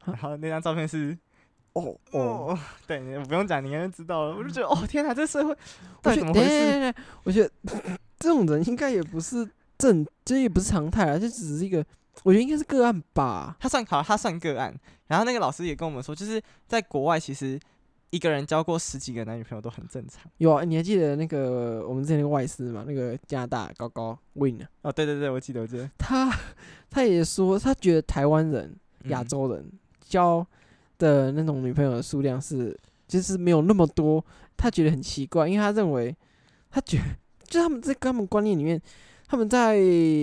S1: 啊
S2: 然后那张照片是
S1: 哦嗯哦，
S2: 哦，对，你不用讲，你应该就知道了。我就觉得哦，天哪，这社会
S1: 我
S2: 到底
S1: 觉
S2: 怎
S1: 得，
S2: 么回事？
S1: 对对我觉得 这种人应该也不是正，这也不是常态啊，这只是一个，我觉得应该是个案吧。
S2: 他算好，他算个案。然后那个老师也跟我们说，就是在国外其实。一个人交过十几个男女朋友都很正常。
S1: 有啊，你还记得那个我们之前那个外师嘛？那个加拿大高高 Win，啊
S2: 哦，对对对，我记得我记得
S1: 他他也说他觉得台湾人、亚
S2: 嗯
S1: 洲人交的那种女朋友的数量是就是没有那么多，他觉得很奇怪，因为他认为他觉得就他们在跟他们观念里面，他们在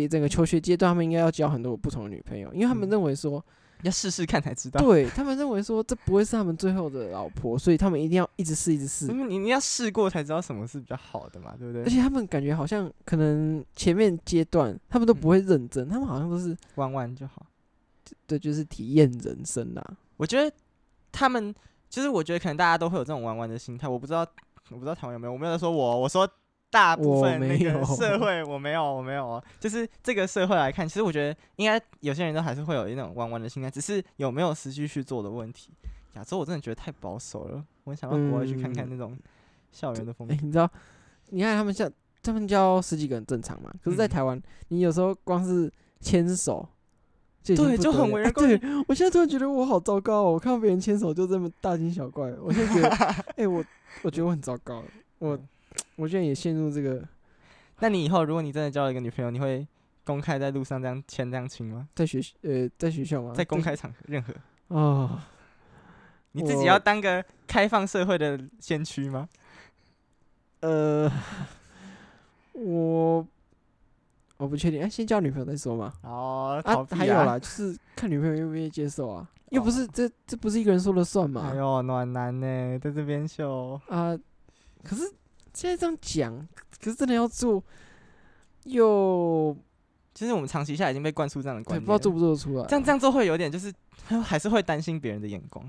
S1: 整个求学阶段，他们应该要交很多不同的女朋友，因为他们
S2: 嗯
S1: 认为说。
S2: 要试试看才知道。
S1: 对他们认为说这不会是他们最后的老婆，所以他们一定要一直试一直试。
S2: 嗯，你你要试过才知道什么是比较好的嘛，对不
S1: 而
S2: 对？
S1: 且他们感觉好像可能前面阶段他们都
S2: 嗯
S1: 不会认真，他们好像都是
S2: 玩玩就好。
S1: 对，就是体验人生啦。
S2: 我觉得他们就是，我觉得可能大家都会有这种玩玩的心态。我不知道，我不知道台湾有没有。我没有在说我，我说大部
S1: 我
S2: 分那
S1: 没
S2: 个
S1: 有
S2: 社会，我没有，我没有哦。就是这个社会来看，其实我觉得应该有些人都还是会有一种玩玩的心态，只是有没有实际去做的问题。亚洲我真的觉得太保守了，我很想到国外去看看
S1: 嗯
S2: 那种校园的风
S1: 哎、
S2: 景。
S1: 你知道，你看他们像他们交十几个人正常嘛，可是，在
S2: 嗯
S1: 台湾，你有时候光是牵手。就已经
S2: 对，
S1: 不
S2: 就
S1: 得
S2: 很
S1: 了
S2: 为
S1: 哎
S2: 人诟
S1: 对
S2: 病。
S1: 我现在突然觉得我好糟糕哦！我看到别人牵手就这么大惊小怪，我现在 觉得，哎、我我觉得我很糟糕了，我我居然也陷入这个
S2: 那你以后如果你真的交了一个女朋友，你会公开在路上这样牵这样亲吗？
S1: 在学呃在学校吗？
S2: 在公开场合，任何
S1: 哦，
S2: 你自己
S1: 我
S2: 要当个开放社会的先驱吗？
S1: 呃，我我不确定，哎、先交女朋友再说嘛。
S2: 哦，
S1: 啊
S2: 逃，避
S1: 还有 啦，就是看女朋友愿不愿意接受啊，又不是、
S2: 哦
S1: 这这不是一个人说了算嘛
S2: 哎。呦，暖男呢，在这边秀，
S1: 啊、可是现在这样讲，可是真的要做，又
S2: 其实我们长期下来已经被灌输这样的
S1: 对
S2: 观
S1: 不
S2: 念
S1: 知道
S2: 了，
S1: 做不做得出来啊。
S2: 这样这样做会有点就是，还是会担心别人的眼光。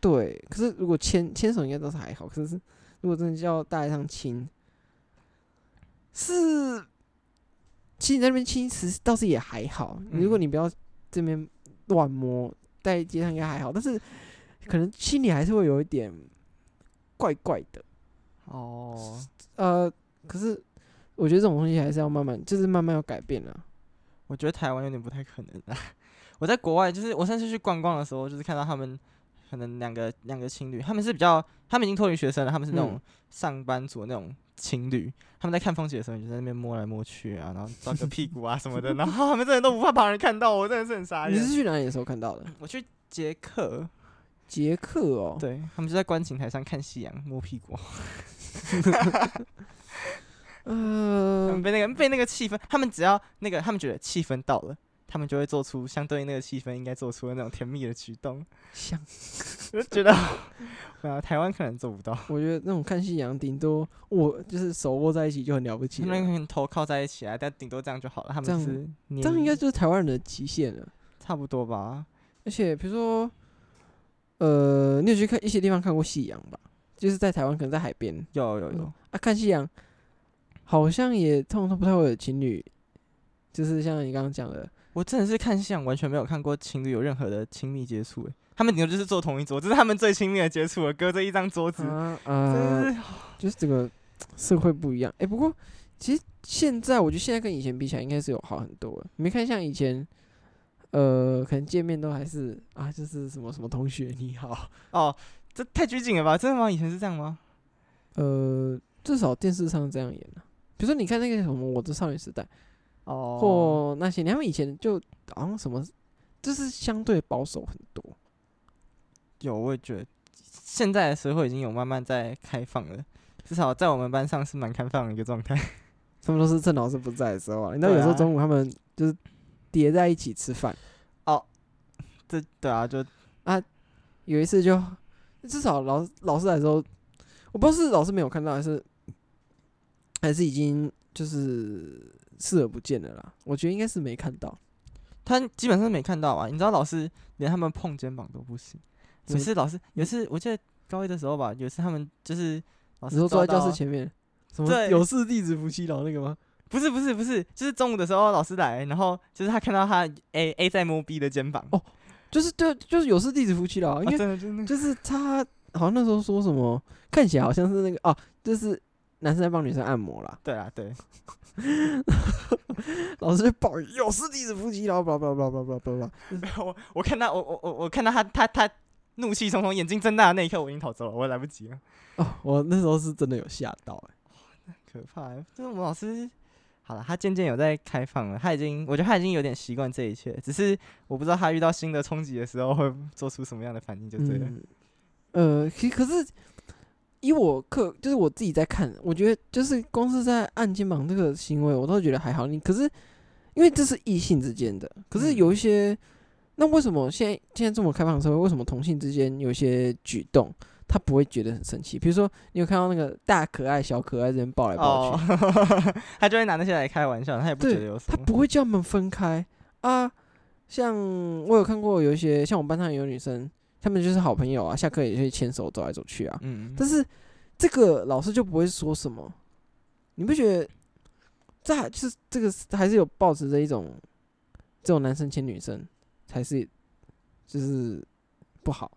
S1: 对，可是如果牵牵手应该倒是还好，可是如果真的叫大家上亲，是，其实你在那边亲其实倒是也还好，如果
S2: 嗯
S1: 你不要这边乱摸，在街上应该还好，但是可能心里还是会有一点怪怪的。
S2: 哦，
S1: 呃，可是我觉得这种东西还是要慢慢，就是慢慢要改变了。
S2: 我觉得台湾有点不太可能啊。 我在国外，就是我上次去逛逛的时候，就是看到他们可能两个两个情侣，他们是比较，他们已经脱离学生了，他们是那种
S1: 嗯
S2: 上班族的那种情侣，他们在看风景的时候，你就在那边摸来摸去啊，然后抓个屁股啊什么的，然后他们真的都不怕旁人看到，我真的是很傻
S1: 你是
S2: 眼。
S1: 去哪里的时候看到的？
S2: 我去捷克，
S1: 捷克哦，
S2: 对他们就在观景台上看夕阳摸屁股，他
S1: 呃
S2: 们，被那个被那个气氛，他们只要那个他们觉得气氛到了，他们就会做出相对应那个气氛应该做出的那种甜蜜的举动。
S1: 想
S2: 我就觉得，啊，台湾可能做不到，
S1: 我觉得那种看夕阳，顶多我就是手握在一起就很了不起
S2: 他
S1: 了，
S2: 们可能头靠在一起啊，但顶多这样就好了。他
S1: 这
S2: 们
S1: 样
S2: 是黏
S1: 这样应该
S2: 黏
S1: 就是台湾人的极限了。
S2: 差不多吧？
S1: 而且比如说，呃，你有去看一些地方看过夕阳吧？就是在台湾，可能在海边
S2: 有有有
S1: 嗯，啊，看夕阳，好像也通常不太会有情侣，就是像你刚刚讲的，
S2: 我真的是看夕阳完全没有看过情侣有任何的亲密接触、欸，他们顶多就是坐同一桌，这是他们最亲密的接触了，隔着一张桌子，
S1: 啊
S2: 真
S1: 呃
S2: 的，是
S1: 就是这个社会不一样。哎、不过其实现在我觉得现在跟以前比起来，应该是有好很多了。你没看像以前，呃，可能见面都还是啊，就是什么什么同学你好，
S2: 哦，这太拘谨了吧？真的吗？以前是这样吗？
S1: 呃，至少电视上这样演啊。比如说你看那个什么《我的少女时代》
S2: 哦，
S1: 或那些年，他们以前就好像什么，就是相对保守很多。
S2: 有，我也觉得现在的社会已经有慢慢在开放了，至少在我们班上是蛮开放的一个状态。
S1: 他们都是趁老师不在的时候啊，你知道有
S2: 对啊
S1: 时候中午他们就是叠在一起吃饭。
S2: 这对啊，就
S1: 有一次就至少老老师来的时候，我不知道是老师没有看到，还是还是已经就是视而不见了啦。我觉得应该是没看到。
S2: 他基本上没看到啊。你知道老师连他们碰肩膀都不行，
S1: 怎
S2: 有
S1: 么
S2: 一次老师有一次我记得高一的时候吧，有一次他们就是老
S1: 你
S2: 师
S1: 说坐在
S2: 抓
S1: 教室
S2: 到啊
S1: 前面，什么
S2: 对
S1: 有事弟子夫妻佬那个吗？
S2: 不是不是不是，就是中午的时候老师来，然后就是他看到他 A A 在摸 B 的肩膀，
S1: 哦就是对，就是有事弟子夫妻佬啊，
S2: 啊，
S1: 因为
S2: 真的真的
S1: 就是他好像那时候说什么，看起来好像是那个哦、就是男生在帮女生按摩啦，
S2: 对啊对，
S1: 老师就抱怨有事弟子夫妻佬，blah blah blah blah blah blah blah，就是
S2: 我我看到我我我我看到他他他怒气冲冲、眼睛睁大的那一刻，我已经逃走了，我也来不及了，
S1: 哦，我那时候是真的有吓到、欸，
S2: 可怕、欸！就是我们老师，好了，他渐渐有在开放了，他已经，我觉得他已经有点习惯这一切，只是我不知道他遇到新的冲击的时候会做出什么样的反应，就对了。
S1: 嗯，呃，其可是以我客就是我自己在看，我觉得就是光是在按肩膀这个行为，我都觉得还好。你可是因为这是异性之间的，可是
S2: 嗯
S1: 有一些，那为什么现在现在这么开放的社会，为什么同性之间有一些举动？他不会觉得很生气，比如说你有看到那个大可爱、小可爱这边抱来抱去，
S2: 哦， 他就会拿那些来开玩笑，他也不觉得有什
S1: 他
S2: 么。
S1: 不会叫他们分开啊。像我有看过有一些，像我们班上有女生，她们就是好朋友啊，下课也会牵手走来走去啊。
S2: 嗯，
S1: 但是这个老师就不会说什么，你不觉得？这还就是这个是还是有保持着一种这种男生牵女生才是就是不好，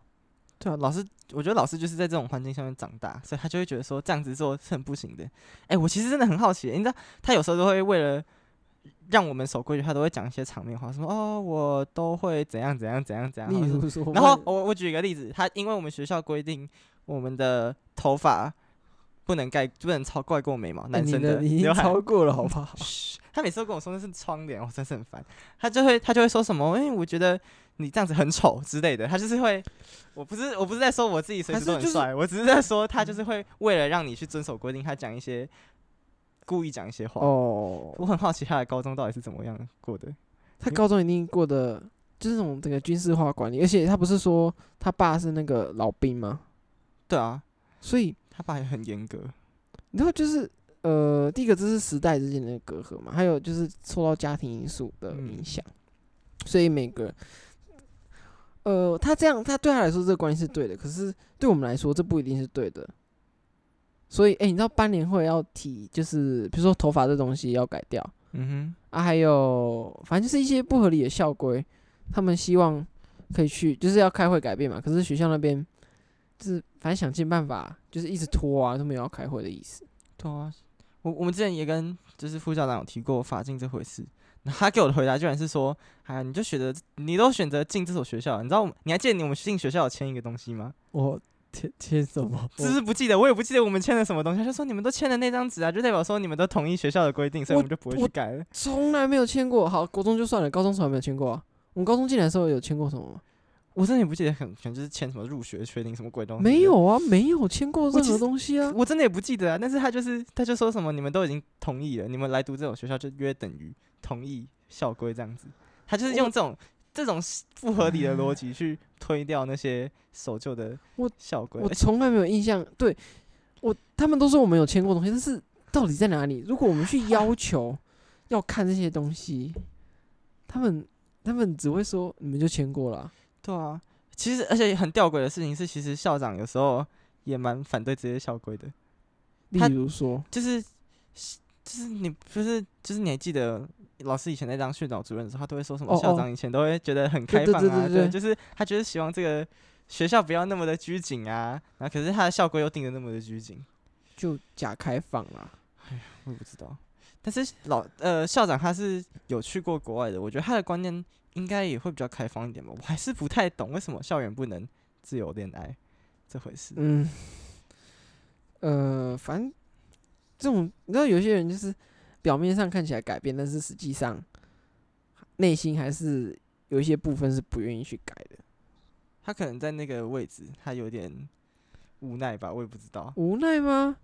S2: 对啊，老师，我觉得老师就是在这种环境下面长大，所以他就会觉得说这样子做是很不行的。哎、我其实真的很好奇，你知道，他有时候都会为了让我们守规矩，他都会讲一些场面话，什么哦，我都会怎样怎样怎样怎样。
S1: 例
S2: 或者
S1: 如说问，
S2: 然后哦我我举一个例子，他因为我们学校规定我们的头发不能盖，不能超盖过眉毛，
S1: 哎
S2: 男
S1: 你
S2: 生
S1: 的已经
S2: 刘海。
S1: 超过了，好不好？
S2: 嘘， 他每次都跟我说那是窗帘，我真是很烦。他就会他就会说什么，因、哎为我觉得你这样子很丑之类的。他就是会，我不是我不是在说我自己随
S1: 还
S2: 时
S1: 是
S2: 都很
S1: 就是嗯
S2: 帅，我只是在说他就是会为了让你去遵守规定，他讲一些故意讲一些话。
S1: 哦，
S2: 我很好奇他的高中到底是怎么样过的。
S1: 他高中一定过得就是那种整个军事化管理，而且他不是说他爸是那个老兵吗？
S2: 对啊，
S1: 所以
S2: 他爸也很严格。
S1: 你知道就是呃，第一个这是时代之间的隔阂嘛，还有就是受到家庭因素的影
S2: 嗯
S1: 响，所以每个呃，他这样他对他来说这个关系是对的，可是对我们来说这不一定是对的。所以，哎、你知道班联会要提，就是比如说头发这东西要改掉，
S2: 嗯
S1: 啊，还有反正就是一些不合理的校规，他们希望可以去，就是要开会改变嘛。可是学校那边就是反正想尽办法，就是一直拖啊，都没有要开会的意思。
S2: 哼，对啊，我我们之前也跟就是副校长有提过法禁这回事。然后他给我的回答居然是说：“哎呀，你就选择，你都选择进这所学校了，你知道我们，你还记得你我们进学校有签一个东西吗？
S1: 我签签什么？
S2: 是不是不记得？我也不记得我们签了什么东西。他就说你们都签了那张纸啊，就代表说你们都同意学校的规定，所以
S1: 我
S2: 我们就不会去改了。
S1: 从来没有签过。好，国中就算了，高中从来没有签过啊。我们高中进来的时候有签过什么吗？
S2: 我真的也不记得很，全就是签什么入学确定什么鬼东西。
S1: 没，有啊，没有签过任
S2: 其
S1: 何
S2: 实
S1: 东西啊。
S2: 我真的也不记得啊。但是他就是他就说什么你们都已经同意了，你们来读这种学校就约等于同意校规这样子。他就是用这种这种不合理的逻辑去推掉那些守旧的
S1: 我
S2: 校规
S1: 我。从来没有印象。对我，他们都说我们有签过东西，但是到底在哪里？如果我们去要 求要看这些东西，他们他们只会说你们就签过了啊、
S2: 对啊，其实而且很吊诡的事情是，其实校长有时候也蛮反对这些校规的。他
S1: 例如说，
S2: 就是就是你就是就是你还记得老师以前在当训导主任的时候，他都会说什么
S1: 哦
S2: 校
S1: 哦
S2: 长以前都会觉得很
S1: 对
S2: 开
S1: 对
S2: 放啊，
S1: 对对对
S2: 就是他觉得希望这个学校不要那么的拘谨啊，然后可是他的校规又定的那么的拘谨，
S1: 就假开放啦。
S2: 我也不知道。但是老呃校长他是有去过国外的，我觉得他的观念应该也会比较开放一点吧。我还是不太懂为什么校园不能自由恋爱这回事。
S1: 嗯，呃，反正这种你知道，有些人就是表面上看起来改变，但是实际上内心还是有一些部分是不愿意去改的。
S2: 他可能在那个位置，他有点无奈吧，我也不知道。
S1: 无奈吗？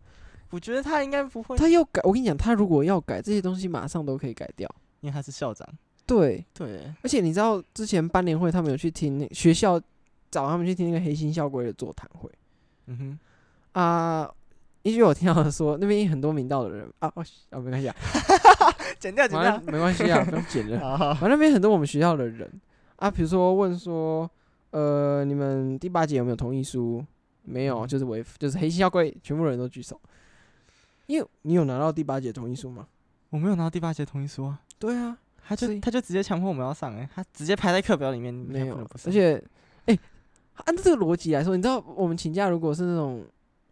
S2: 我觉得他应该不会
S1: 他要改，我跟你讲，他如果要改这些东西，马上都可以改掉。
S2: 因为他是校长。
S1: 对，
S2: 对，
S1: 而且你知道之前班联会他们有去听那学校找他们去听那个黑心校规的座谈会
S2: 嗯哼，
S1: 啊，因为我听到说那边很多明道的人啊，哦啊没关系啊，
S2: 剪掉
S1: 反正没关系啊，不用剪了。
S2: 好，
S1: 反正那边很多我们学校的人啊，比如说问说，呃，你们第八节有没有同意书？没有，就是违，就是黑心校规，全部人都举手。因为你有拿到第八节同意书吗？
S2: 我没有拿到第八节同意书啊，
S1: 对啊，
S2: 他
S1: 所
S2: 就
S1: 以
S2: 他就直接强迫我们要上哎、他直接排在课表里面，你还
S1: 没有
S2: 不能不，上
S1: 而且，哎、按照这个逻辑来说，你知道我们请假如果是那种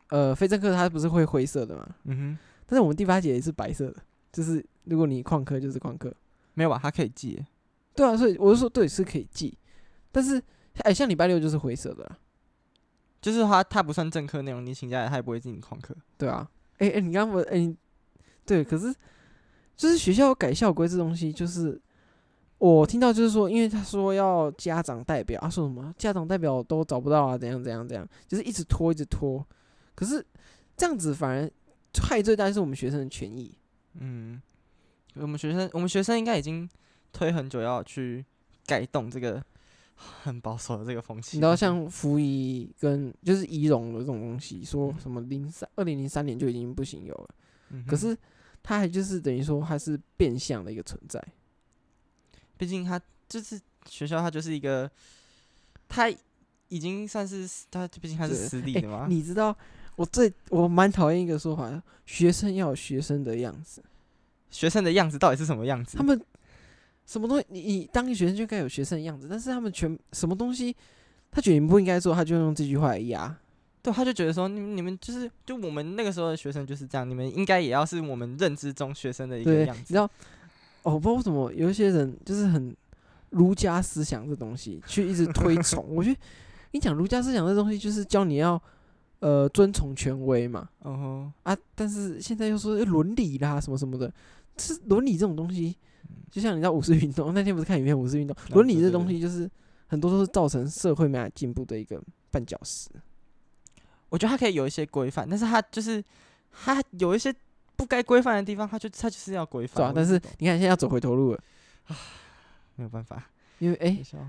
S1: 呃非正课，它不是会灰色的嘛？
S2: 嗯哼，
S1: 但是我们第八节也是白色的，就是如果你旷课就是旷课。
S2: 没有吧？他可以记欸、
S1: 对啊，所以我就说对是可以记，但是哎、像礼拜六就是灰色的啦，
S2: 就是它它不算正课内容，你请假了它也不会进你旷课。
S1: 对啊，哎、哎、你刚刚我哎、你对，可是就是学校改校规这东西，就是我听到就是说，因为他说要家长代表，啊说什么家长代表都找不到啊，怎样怎样怎样，就是一直拖一直拖。可是这样子反而害最大就是我们学生的权益。
S2: 嗯，我们学生我们学生应该已经推很久要去改动这个很保守的这个风气。
S1: 你知道像服仪跟就是仪容的这种东西，说什么零三二零零三年就已经不行有了，
S2: 嗯哼，
S1: 可是它还就是等于说它是变相的一个存在。
S2: 毕竟它就是学校，它就是一个，它已经算是它毕竟它是
S1: 对
S2: 私立
S1: 欸
S2: 的嘛。
S1: 你知道我最我蛮讨厌一个说法，学生要有学生的样子。
S2: 学生的样子到底是什么样子？
S1: 他们什么东西，你你当个学生就该有学生的样子，但是他们全什么东西，他觉得你不应该做，他就用这句话来压。
S2: 对，他就觉得说你你们就是就我们那个时候的学生就是这样，你们应该也要是我们认知中学生的一个
S1: 对，
S2: 样
S1: 你知
S2: 子。
S1: 道，哦，我不知道为什么有一些人就是很儒家思想这东西去一直推崇。我觉得你讲儒家思想这东西，就是教你要呃遵从权威嘛。
S2: 哦
S1: 啊，但是现在又说欸伦理啦什么什么的，是伦理这种东西，就像你知道五四运动那天不是看影片五四运动，
S2: 嗯啊
S1: 伦
S2: 对
S1: 理
S2: 对
S1: 这东
S2: 对
S1: 西就是很多都是造成社会没法进步的一个绊脚石。
S2: 我觉得他可以有一些规范，但是他就是他有一些不该规范的地方，他就他就是要规
S1: 对
S2: 范。
S1: 啊
S2: 我，
S1: 但
S2: 也
S1: 是
S2: 不懂
S1: 你看现在要走回头路了，
S2: 没有办法，
S1: 因为哎
S2: 学、校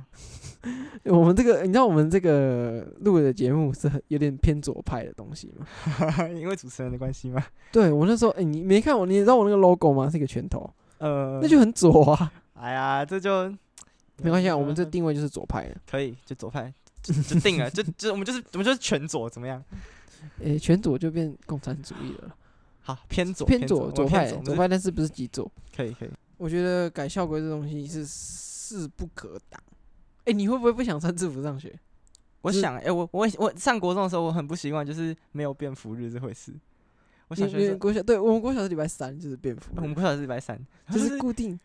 S1: 我们这个你知道我们这个录的节目是很有点偏左派的东西嘛？
S2: 因为主持人的关系嘛，
S1: 对我那时候哎、你没看我，你知道我那个 logo 吗？是一个拳头，
S2: 呃，
S1: 那就很左啊。
S2: 哎呀，这就
S1: 没关系啊，我们这
S2: 这
S1: 定位就是左派的。
S2: 可以就左派就就定了，就就我们就是我们就是全左怎么样？
S1: 哎、全左就变共产主义了，
S2: 好偏左
S1: 偏
S2: 左
S1: 左
S2: 我
S1: 左
S2: 偏
S1: 派
S2: 左我们
S1: 左
S2: 是
S1: 派，但是不是极左？
S2: 可以可以。
S1: 我觉得改校规这东西是势不可挡。哎、你会不会不想穿制服上学？
S2: 我
S1: 就是
S2: 想哎、我我我上国中的时候我很不习惯，就是没有便服日这回事。我
S1: 你
S2: 小学的时
S1: 你
S2: 候
S1: 国小对我们国小是礼拜三就是便服
S2: 我们
S1: 日，
S2: 不晓得是礼拜三，
S1: 就
S2: 就是
S1: 是固定。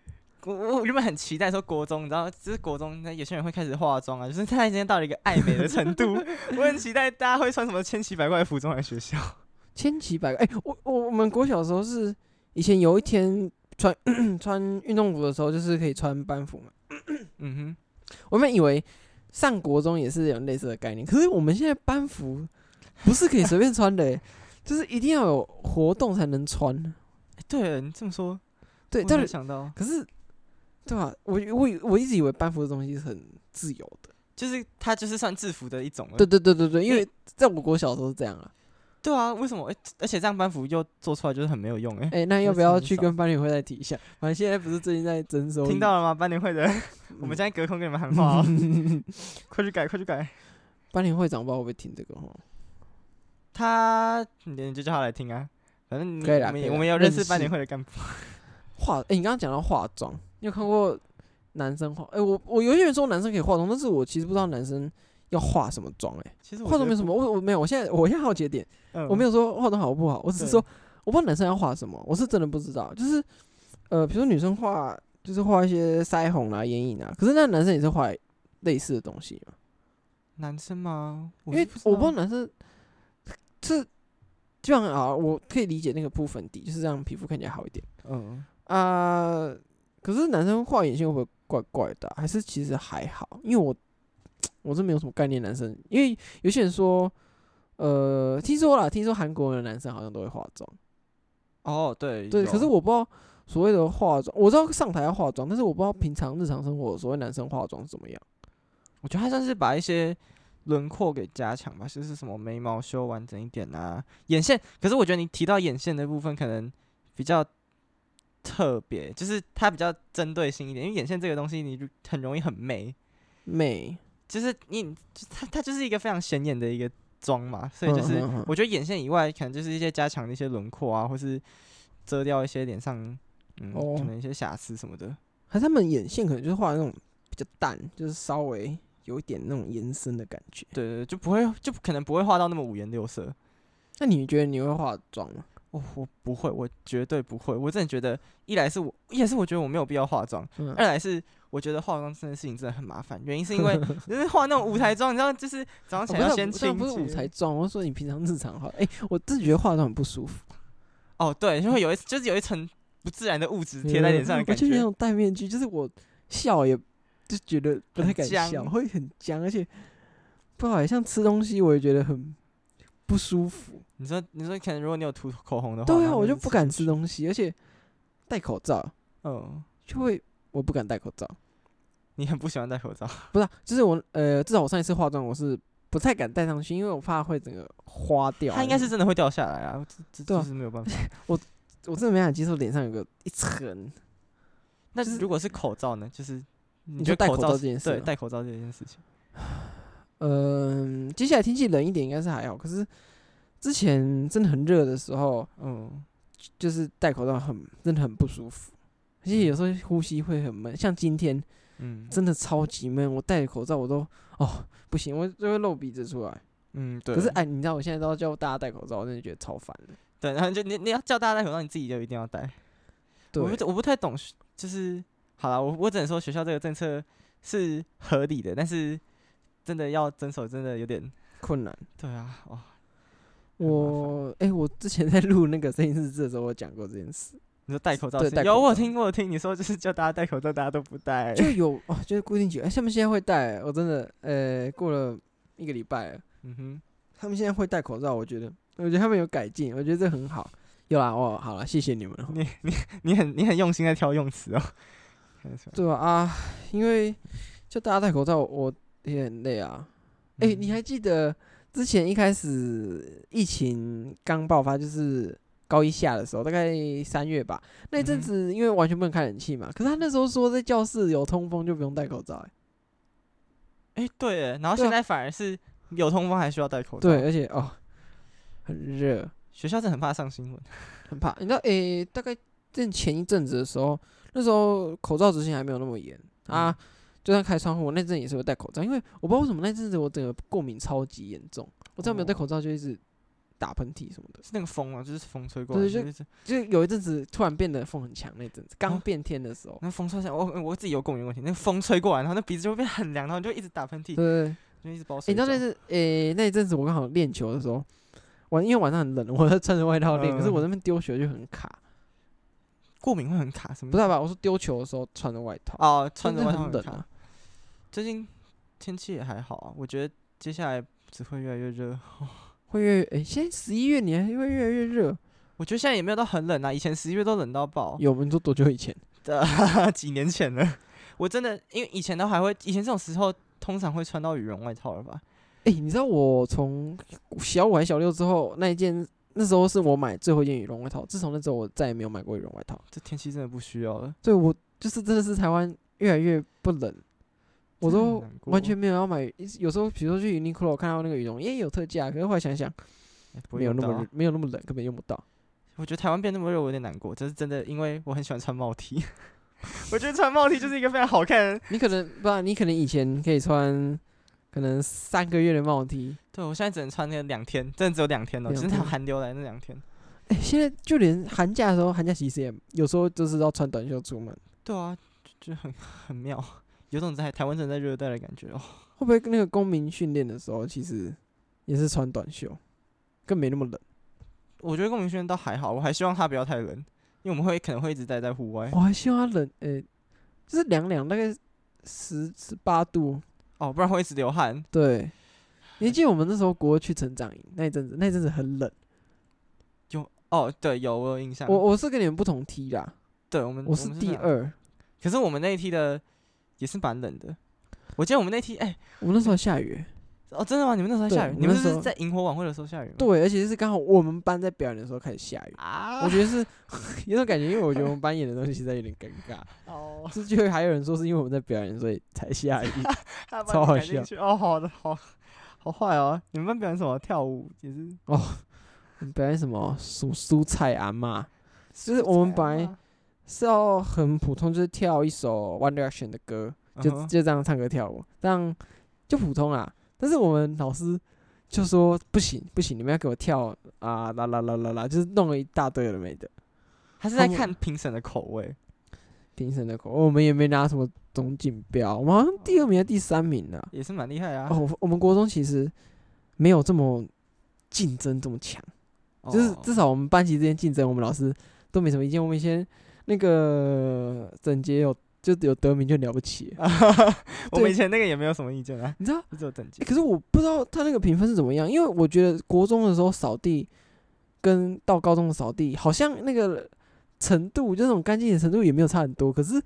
S2: 我我原本很期待说国中，你知道，就是国中那有些人会开始化妆啊，就是突然之间到了一个爱美的程度，我很期待大家会穿什么千奇百怪的服装来 学校。
S1: 千奇百怪。哎、我我我们国小的时候是以前有一天穿穿 运动服的时候，就是可以穿班服嘛。
S2: 嗯
S1: 我们以为上国中也是有类似的概念，可是我们现在班服不是可以随便穿的、欸， 就是一定要有活动才能穿。
S2: 哼，哎对了，你这么说，
S1: 对，
S2: 我
S1: 但
S2: 没
S1: 是
S2: 想到，啊
S1: 可是对吧、我我以我一直以为班服的东西是很自由的。
S2: 就是它就是算制服的一种了。
S1: 对对对对对，因
S2: 因
S1: 为在我国小的时候是这样啊。
S2: 对啊，为什么？哎而且这样班服又做出来就是很没有用哎、
S1: 哎、那
S2: 我
S1: 要不
S2: 是
S1: 要
S2: 很
S1: 去
S2: 少
S1: 跟班委会再提一下？反正现在不是最近在征收，
S2: 听到了吗？班联会的，
S1: 嗯
S2: 我们现在隔空跟你们喊话、哦，快去改，快去改。
S1: 班委会长不知道会不会听这个哦。
S2: 他，你你就叫他来听啊，反正你
S1: 可以啦
S2: 我们也
S1: 可以啦
S2: 我们也有认识
S1: 认识
S2: 班联会的干部。
S1: 化，哎、你刚刚讲到化妆，你有看过男生化？哎、我我有些人说男生可以化妆，但是我其实不知道男生要化什么妆、哎，
S2: 其实我
S1: 化妆没
S2: 觉
S1: 什
S2: 得
S1: 么，我我没有，我现在我现在好奇的点，
S2: 不，嗯
S1: 我没有说化妆好不好，我只是
S2: 对
S1: 说我不知道男生要化什么，我是真的不知道，就是呃，比如说女生化就是画一些腮红啊、眼影啊，可是那男生也是画类似的东西嘛，
S2: 男生吗？
S1: 因为
S2: 是
S1: 我不知道
S2: 道
S1: 男生是这样啊，我可以理解那个部分底，就是让皮肤看起来好一点。
S2: 嗯，
S1: 啊、可是男生画眼线会不会怪怪的啊、还是其实还好？因为我我是没有什么概念，男生，因为有些人说，呃，听说啦，听说韩国人的男生好像都会化妆，
S2: 哦，对
S1: 对，
S2: 有
S1: 可是我不知道所谓的化妆，我知道上台要化妆，但是我
S2: 嗯
S1: 不知道平常日常生活所谓男生化妆是怎么样。
S2: 我觉得他算是把一些轮廓给加强吧，就是什么眉毛修完整一点啊，眼线。可是我觉得你提到眼线的部分，可能比较特别，就是它比较针对性一点，因为眼线这个东西，你就很容易很媚，
S1: 美，
S2: 就是你就它它就是一个非常显眼的一个妆嘛，所以就是
S1: 嗯嗯嗯
S2: 我觉得眼线以外，可能就是一些加强的一些轮廓啊，或是遮掉一些脸上。嗯，
S1: 哦
S2: 可能一些瑕疵什么的，
S1: 还是他们眼线可能就是画那种比较淡，就是稍微有一点那种延伸的感觉。
S2: 对对，对就不会，就可能不会画到那么五颜六色。
S1: 那你觉得你会化妆吗？
S2: 我我不会，我绝对不会。我真的觉得，一来是我，一来是我觉得我没有必要化妆，
S1: 嗯
S2: 二来是我觉得化妆这件事情真的很麻烦。原因 是因为就是化那种舞台妆，你知道，就是早上起
S1: 哦
S2: 来
S1: 不
S2: 要
S1: 是
S2: 先
S1: 不是
S2: 清
S1: 不是舞
S2: 洁
S1: 台妆，我说你平常日常化，哎、我自己觉得化妆很不舒服，
S2: 哦，对，就会有一就是有一层不自然的物质贴在脸上
S1: 嗯
S2: 的
S1: 我
S2: 感
S1: 就有那
S2: 觉。
S1: 种戴面具，就是我笑也就觉得不太
S2: 很
S1: 敢
S2: 僵
S1: 笑，会很僵，而且不好像吃东西我也觉得很不舒服。
S2: 你说你说可能如果你有涂口红的话，
S1: 对
S2: 然
S1: 啊，
S2: 后
S1: 我就是不敢吃东西，而且戴口罩
S2: 嗯，
S1: 就会我不敢戴口罩，
S2: 你很不喜欢戴口罩。
S1: 不是啊、就是我呃，至少我上一次化妆我是不太敢戴上去，因为我怕会整个花掉。
S2: 它应该是真的会掉下来啊，这这
S1: 对啊
S2: 就是没有办 法。
S1: 我真的没敢接受脸上有个一层，
S2: 那
S1: 就是
S2: 如果是口罩呢？就是你
S1: 你
S2: 觉
S1: 说
S2: 得
S1: 戴
S2: 口
S1: 口罩
S2: 罩
S1: 这件事啊
S2: 对
S1: 吗，
S2: 戴口罩这件事情，
S1: 嗯、接下来天气冷一点应该是还好，可是之前真的很热的时候，
S2: 嗯，
S1: 就是戴口罩很真的很不舒服，而且有时候呼吸会很闷，像今天
S2: 嗯，
S1: 真的超级闷，我戴着口罩我都哦不行，我就会漏鼻子出来。
S2: 嗯，对。
S1: 可是哎，你知道我现在都要叫大家戴口罩，我真的觉得超烦的。
S2: 对，然后就你你要叫大家戴口罩，你自己就一定要戴。
S1: 对，
S2: 我不我不太懂学，就是好了，我我只能说学校这个政策是合理的，但是真的要遵守，真的有点
S1: 困难。
S2: 对啊，哦，很麻烦
S1: 我哎、我之前在录那个声音日志的时候，我讲过这件事，
S2: 你说戴口罩
S1: 对
S2: 是
S1: 戴
S2: 有
S1: 口
S2: 我有
S1: 罩
S2: 听我有听你说就是叫大家戴口罩，大家都不戴，
S1: 就有哦，就是固定几个，哎、他们现在会戴，我真的呃，过了一个礼拜了，
S2: 嗯哼，
S1: 他们现在会戴口罩，我觉得，我觉得他们有改进，我觉得这很好。有啦，哦，好了，谢谢你们哦。
S2: 你你你很你很用心在挑用词哦， 看得出来
S1: 对啊啊，因为就大家戴口罩，我也很累啊。哎、
S2: 嗯
S1: 你还记得之前一开始疫情刚爆发，就是高一下的时候，大概三月吧，那一
S2: 嗯
S1: 阵
S2: 哼
S1: 子因为完全不能开冷气嘛，可是他那时候说在教室有通风就不用戴口罩、欸，
S2: 哎、对耶，然后
S1: 对
S2: 现
S1: 啊
S2: 在反而是有通风还需要戴口罩，
S1: 对，，而且哦，很热，
S2: 学校是很怕上新闻，
S1: 很怕。你知道，诶、大概正前一阵子的时候，那时候口罩执行还没有那么严啊，
S2: 嗯
S1: 就算开窗户，我那阵也是会戴口罩，因为我不知道为什么那阵子我整个过敏超级严重，我只要没有戴
S2: 哦
S1: 口罩就一直打喷嚏什么的，
S2: 是那个风啊，就是风吹过来，
S1: 对
S2: 就
S1: 就是就是有一阵子突然变得风很强，那阵子刚
S2: 哦
S1: 变天的时候，
S2: 那风吹下，我我自己有共鸣问题，那个风吹过来，然后那鼻子就会变很凉，然后你就一直打喷
S1: 对，
S2: 嚏
S1: 对对。
S2: 就一直包水
S1: 诶，
S2: 饺。
S1: 那那阵，诶、那一阵子我刚好练球的时候，晚因为晚上很冷，我 在穿着外套练，可是我
S2: 嗯
S1: 那边丢球就很卡，
S2: 过敏会很卡，什么
S1: 不知道吧？我说丢球的时候穿着外套，
S2: 哦，穿着
S1: 真
S2: 外
S1: 的
S2: 套
S1: 很冷
S2: 卡。
S1: 啊。
S2: 最近天气也还好啊，我觉得接下来只会越来越热。
S1: 会越诶、现在十一月你还会越来越热，
S2: 我觉得现在也没有到很冷啊，以前十一月都冷到爆，
S1: 有你说多久以前？
S2: 的 几年前了。我真的因为以前都还会，以前这种时候通常会穿到羽绒外套了吧？
S1: 诶、你知道我从小五还小六之后那一件，那时候是我买最后一件羽绒外套，自从那之后我再也没有买过羽绒外套，
S2: 这天气真的不需要了。
S1: 所以我就是真的是台湾越来越不冷，我
S2: 真的很
S1: 都
S2: 难过
S1: 完全没有要买。有时候比如说去 Uniqlo 看到那个羽绒，也有特价，可是后来想想
S2: 哎不会
S1: 没有
S2: 用
S1: 那
S2: 到
S1: 么
S2: 啊
S1: 热没有那么冷，根本用不到。
S2: 我觉得台湾变那么热，我有点难过。这是真的，因为我很喜欢穿帽 T。我 觉得穿帽 T 就是一个非常好看的。
S1: 你可能不然，你可能以前可以穿可能三个月的帽 T，
S2: 对我现在只能穿那个两天，真的只有两天了，
S1: 两
S2: 真的
S1: 天
S2: 寒流来那两天。
S1: 哎、现在就连寒假的时候，寒假其实也有时候就是要穿短袖出门，
S2: 对啊，就就很很妙，有种在台湾真的在热带的感觉哦。
S1: 会不会那个公民训练的时候，其实也是穿短袖，更没那么冷？
S2: 我觉得共鸣轩倒还好，我还希望它不要太冷，因为我们会可能会一直待在户外。
S1: 我还希望它冷，诶、就是凉凉，大概十十八度。
S2: 哦，不然会一直流汗。
S1: 对，你还记得我们那时候国二去成长营那一阵子，那一阵子很冷。
S2: 有哦，对，有我有印象。
S1: 我我是跟你们不同梯啦，
S2: 对嗯我们
S1: 我是
S2: 们
S1: 第
S2: 这样，
S1: 二。
S2: 可是我们那一梯的也是蛮冷的。我记得我们那一梯，哎、
S1: 我们那时候下雨，
S2: 哦，真的吗？你们那时候还
S1: 对
S2: 下雨？
S1: 我
S2: 你
S1: 们那
S2: 们
S1: 时
S2: 是不是
S1: 候
S2: 在萤火晚会的时候下雨吗？
S1: 对，而且是刚好我们班在表演的时候开始下雨。
S2: 啊
S1: 我觉得是 有种感觉，因为我觉得我们班演的东西实在有点尴尬。
S2: 哦，
S1: 是就还有人说是因为我们在表演，所以才下雨。
S2: 他把
S1: 超
S2: 你
S1: 好
S2: 赶进
S1: 笑
S2: 去哦，好的，好，好坏哦。你们班表演什么？跳舞也是，
S1: 我们表演什么什么蔬菜阿妈，就是我们
S2: 本
S1: 本
S2: 来
S1: 来是要很普通，就是跳一首 One Direction 的
S2: 嗯
S1: 啊歌，就、就这样唱歌跳舞，这样就普通啦。但是我们老师就说不行不行，你们要给我跳啊啦啦啦啦啦，就是弄了一大堆有的没的。
S2: 他是在
S1: 他们
S2: 看评审的口味，
S1: 评审的口，我们也没拿什么总锦标，我们好像第二名还是第三名呢、
S2: 也是蛮厉害的啊。
S1: 哦，我我们国中其实没有这么竞争这么强，
S2: 哦
S1: 就是至少我们班级之间竞争，我们老师都没什么意见。我们以前那个整洁有就有得名就了不起了，
S2: 哦 我们以前那个也没有什么意见啊，
S1: 你知道、
S2: 就只有等级
S1: 欸可是我不知道他那个评分是怎么样，因为我觉得国中的时候扫地跟到高中的扫地好像那个程度，就那种干净的程度也没有差很多。可是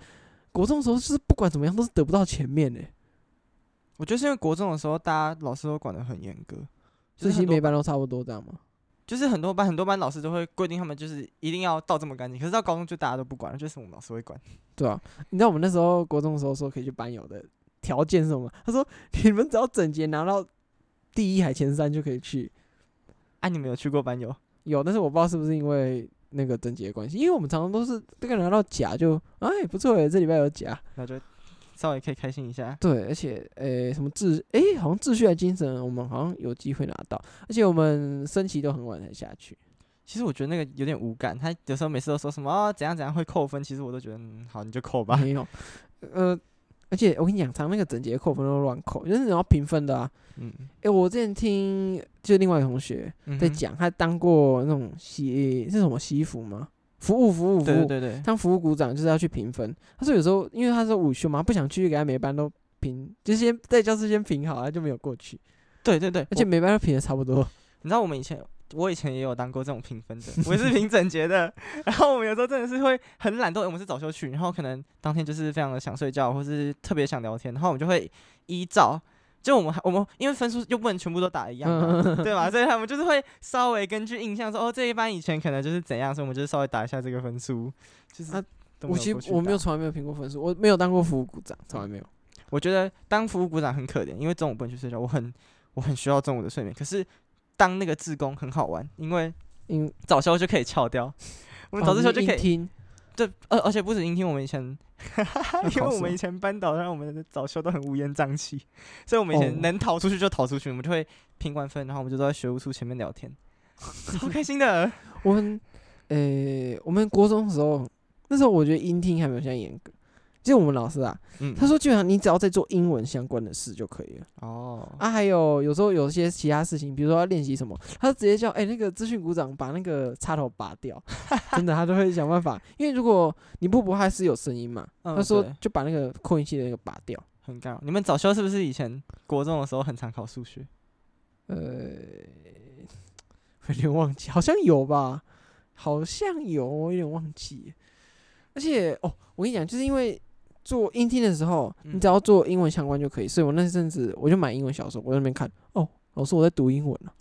S1: 国中的时候就是不管怎么样都是得不到前面的、
S2: 我觉得是因为国中的时候，大家老师都管得很严格，
S1: 所
S2: 就
S1: 以
S2: 是
S1: 其实
S2: 很
S1: 每
S2: 多
S1: 班都差不多这样嘛。
S2: 就是很多班很多班老师都会规定他们就是一定要到这么干净，可是到高中就大家都不管了，就是我们老师会管。
S1: 对啊，你知道我们那时候国中的时候说可以去班友的条件是什么吗？他说你们只要整洁拿到第一还前三就可以去。
S2: 啊，你们有去过班游？
S1: 有，但是我不知道是不是因为那个整洁的关系，因为我们常常都是这个拿到甲就哎不错耶，这礼拜有甲。
S2: 那就稍微可以开心一下。
S1: 对，而且诶、什么秩诶、好像秩序的精神，我们好像有机会拿到，而且我们升旗都很晚才下去。
S2: 其实我觉得那个有点无感，他有时候每次都说什么哦怎样怎样会扣分，其实我都觉得嗯好你就扣吧。
S1: 没有，呃，而且我跟你讲，常那个整洁扣分都乱扣，就是你要评分的啊。
S2: 嗯，
S1: 诶、我之前听就另外一个同学
S2: 嗯
S1: 在
S2: 哼，
S1: 讲，他当过那种洗是什么洗衣服吗？服务服务服
S2: 对
S1: 务
S2: 对，对对，
S1: 当服务股长就是要去评分。他说有时候因为他是午休嘛，他不想去，给他每班都评，就先在教室先评好，他就没有过去，
S2: 对对对，
S1: 而且
S2: 我
S1: 每班都评的差不多。
S2: 你知道我们以前，我以前也有当过这种评分的，我也是评整洁的。 然后我们有时候真的是会很懒惰，我们是早休去，然后可能当天就是非常的想睡觉，或是特别想聊天，然后我们就会依照。就我们还我们因为分数又不能全部都打一样啊嘛，
S1: 嗯
S2: 对吧？所以他们就是会稍微根据印象说，哦，这一班以前可能就是怎样，所以我们就稍微打一下这个分数，就是
S1: 啊
S2: 都
S1: 我
S2: 没有
S1: 其
S2: 过
S1: 实
S2: 去
S1: 我没有
S2: 打，
S1: 从来没有评过分数，我没有当过服务股长，从来没有。
S2: 我觉得当服务股长很可怜，因为中午不能去睡觉，我很我很需要中午的睡眠。可是当那个志工很好玩，因为
S1: 因
S2: 早修就可以翘掉，嗯我
S1: 我
S2: 们早自修就可以，
S1: 听，
S2: 对，而而且不止音听，我们以前， 因为
S1: 考
S2: 我
S1: 试
S2: 们
S1: 吗
S2: 以前班导让我们的早修都很乌烟瘴气，所以我们以
S1: 哦
S2: 前能逃出去就逃出去，我们就会评完分，然后我们就都在学务处前面聊天， 超开心的。
S1: 我们呃、我们国中的时候，那时候我觉得音听还没有现在严格。就我们老师啊，
S2: 嗯，
S1: 他说基本上你只要在做英文相关的事就可以了
S2: 哦，
S1: 啊。还有有时候有些其他事情，比如说要练习什么，他就直接叫哎、那个资讯股长把那个插头拔掉， 真的他都会想办法。因为如果你不播，它是有声音嘛，
S2: 嗯
S1: 他说
S2: 对
S1: 就把那个扩音器的那个拔掉。
S2: 很干扰。你们早修是不是以前国中的时候很常考数学？
S1: 呃， 我有点忘记，好像有吧，好像有，我有点忘记。而且哦，我跟你讲，就是因为做音听的时候，你
S2: 嗯
S1: 只要做英文相关就可以，所以我那阵子我就买英文小说，我在那边看。哦，老师我在读英文了、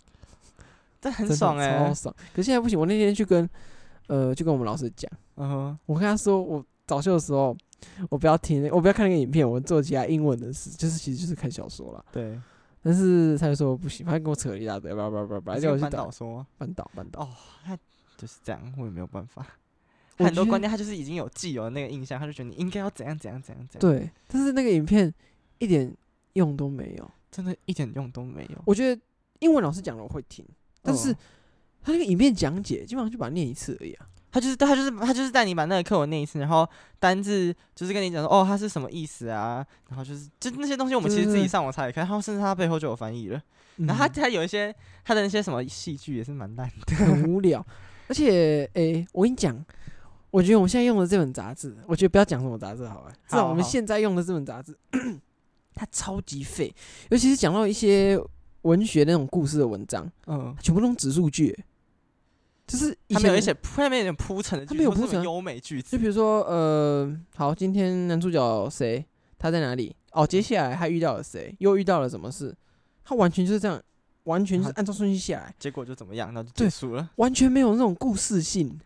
S2: 这
S1: 真
S2: 很
S1: 的
S2: 爽哎、
S1: 超爽。可是现在不行，我那天去跟呃，就跟我们老师讲，
S2: 嗯哼，
S1: 我跟他说我早秀的时候。我不要听那，我不要看那个影片，我做其他英文的事，就是其实就是看小说了。
S2: 对，
S1: 但是他就说不行，他跟我扯了一大堆，叭叭叭叭，
S2: 你
S1: 叫我
S2: 跟
S1: 去
S2: 班
S1: 打
S2: 导说
S1: 班导班导。
S2: 哦，他就是这样，我也没有办 法。
S1: 我
S2: 很多
S1: 觉得
S2: 观念，他就是已经有既有的那个印象，他就觉得你应该要怎样怎样怎样怎样。
S1: 对，但是那个影片一点用都没有。
S2: 真的一点用都没有。
S1: 我觉得英文老师讲了我会听，但是
S2: 嗯
S1: 他那个影片讲解基本上就把它念一次而已啊。
S2: 他就是他就是他就是带你把那个课文念一次，然后单字就是跟你讲说哦它是什么意思啊，然后就是就那些东西我们其实自
S1: 对对嗯
S2: 己上网查也看，然后甚至他背后就有翻译了。然后 他他有一些他的那些什么戏剧也是蛮烂的。
S1: 很无聊，而且诶、我跟你讲，我觉得我们现在用的这本杂志，我觉得不要讲什么杂志好了，至少
S2: 好
S1: 我们
S2: 好
S1: 现在用的这本杂志，它超级废，尤其是讲到一些文学那种故事的文章，
S2: 嗯，
S1: 全部都用指数句，就是以
S2: 他没有
S1: 前
S2: 一些铺他没有点铺陈的句
S1: 他
S2: 子，
S1: 没有
S2: 或是
S1: 铺
S2: 什
S1: 陈
S2: 么优美句
S1: 就
S2: 子。
S1: 比如说，呃，好，今天男主角谁？他在哪里？哦，
S2: 嗯
S1: 接下来他遇到了谁？又遇到了什么事？他完全就是这样，完全就是
S2: 他
S1: 按照顺序下来，
S2: 结果就怎么样，然后就
S1: 对
S2: 结束了，
S1: 完全没有那种故事性。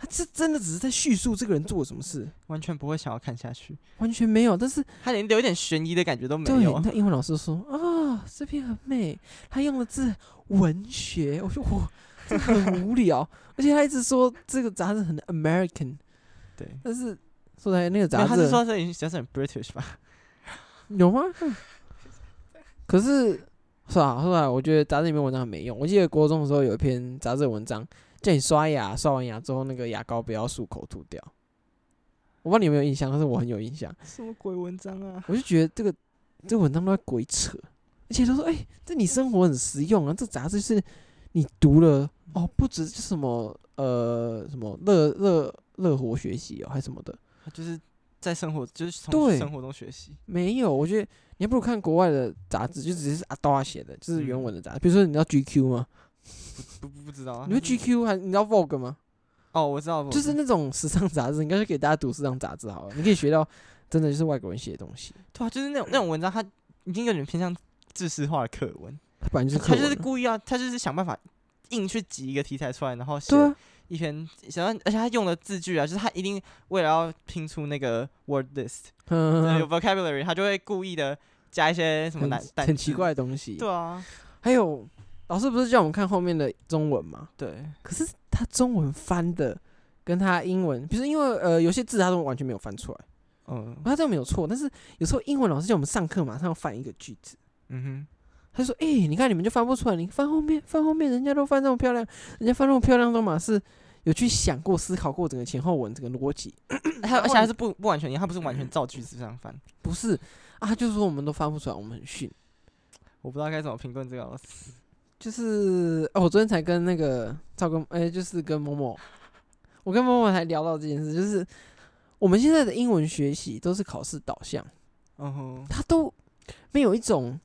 S1: 他这真的只是在叙述这个人做了什么事，
S2: 完全不会想要看下去，
S1: 完全没有。但是
S2: 他连留一点悬疑的感觉都没
S1: 对，
S2: 有。
S1: 那英文老师说啊、这篇很美，他用的字文学，我说我这个很无聊，而且他一直说这个杂志很 American，
S2: 对，
S1: 但是说来那个杂
S2: 然
S1: 志
S2: 后他是说这已经就是很 British 吧？
S1: 有吗？可是算了算了，我觉得杂志里面文章很没用。我记得国中的时候有一篇杂志的文章，叫你刷牙，刷完牙之后那个牙膏不要漱口吐掉。我不知道你有没有印象，但是我很有印象。
S2: 什么鬼文章啊？
S1: 我就觉得这个这文章都在鬼扯，而且他说：“哎、这你生活很实用啊，这杂志是你读了哦，不只是什么呃什么乐乐乐活学习哦，还是什么的，
S2: 就是在生活，就是从
S1: 对
S2: 生活中学习。
S1: 没有。我觉得你还不如看国外的杂志，
S2: 嗯
S1: 就只是阿刀啊写的，就是原文的杂志。比如说你知道 GQ 吗？
S2: 不不不知道啊？
S1: 你们
S2: 还是
S1: GQ 还你知道 Vogue 吗？
S2: 哦，我知道，我
S1: 就是那种时尚杂志，你干脆给大家读时尚杂志好了，你可以学到真的就是外国人写的东西，
S2: 对啊，就是那种那种文章，它已经有点偏向知识化的课文，
S1: 它本来就是
S2: 他
S1: 课
S2: 就是
S1: 文啊。
S2: 故意要，他就是想办法硬去挤一个题材出来，然后写
S1: 对啊，
S2: 一篇，想要，而且他用的字句啊，就是他一定为了要拼出那个 word list，就是
S1: 嗯，
S2: 啊有 vocabulary，他就会故意的加一些什么
S1: 很
S2: 难
S1: 很奇。怪的东西。
S2: 单字对啊，
S1: 还有老师不是叫我们看后面的中文吗？
S2: 对，
S1: 可是他中文翻的跟他英文，比如说因为呃有些字他都完全没有翻出来，
S2: 嗯
S1: 他这样没有错，但是有时候英文老师叫我们上课马上要翻一个句子。
S2: 嗯
S1: 他说：“哎、你看你们就翻不出来，你翻后面，翻后面，人家都翻这么漂亮，人家翻那么漂亮，都嘛是有去想过、思考过整个前后文、整个逻辑，
S2: 哼，他而且还是不不完全一样，他不是完
S1: 嗯
S2: 全照句子这样翻，
S1: 不是啊？他就说我们都翻不出来，我们很逊。
S2: 我不知道该怎么评论这个老师。
S1: 就是哦，我昨天才跟那个赵跟哎、就是跟某某，我跟某某才聊到这件事，就是我们现在的英文学习都是考试导向，
S2: 嗯哼，
S1: 他都没有一种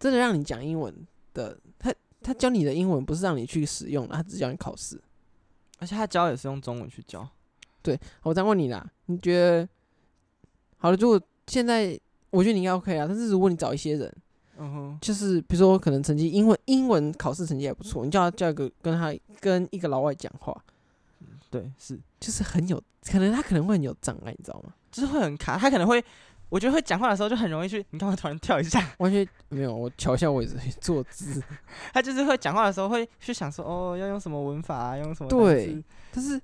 S1: 真的让你讲英文的，他他教你的英文不是让你去使用的，他只教你考试。
S2: 而且他教也是用中文去教，
S1: 我再问你啦，你觉得好了？如果现在我觉得你应该 OK 啦，但是如果你找一些人，
S2: 嗯哼，
S1: 就是比如说可能成绩英文英文考试成绩还不错，你叫他叫一个跟他跟一个老外讲话，
S2: 对，是，
S1: 就是很有可能他可能会很有障碍，你知道吗？
S2: 就是会很卡，他可能会，我觉得会讲话的时候就很容易去，你干嘛突然跳一下？
S1: 完全没有，我瞧一下我也是坐姿，
S2: 他就是会讲话的时候会去想说，哦，要用什么文法啊，用什么单
S1: 对
S2: 字，
S1: 但是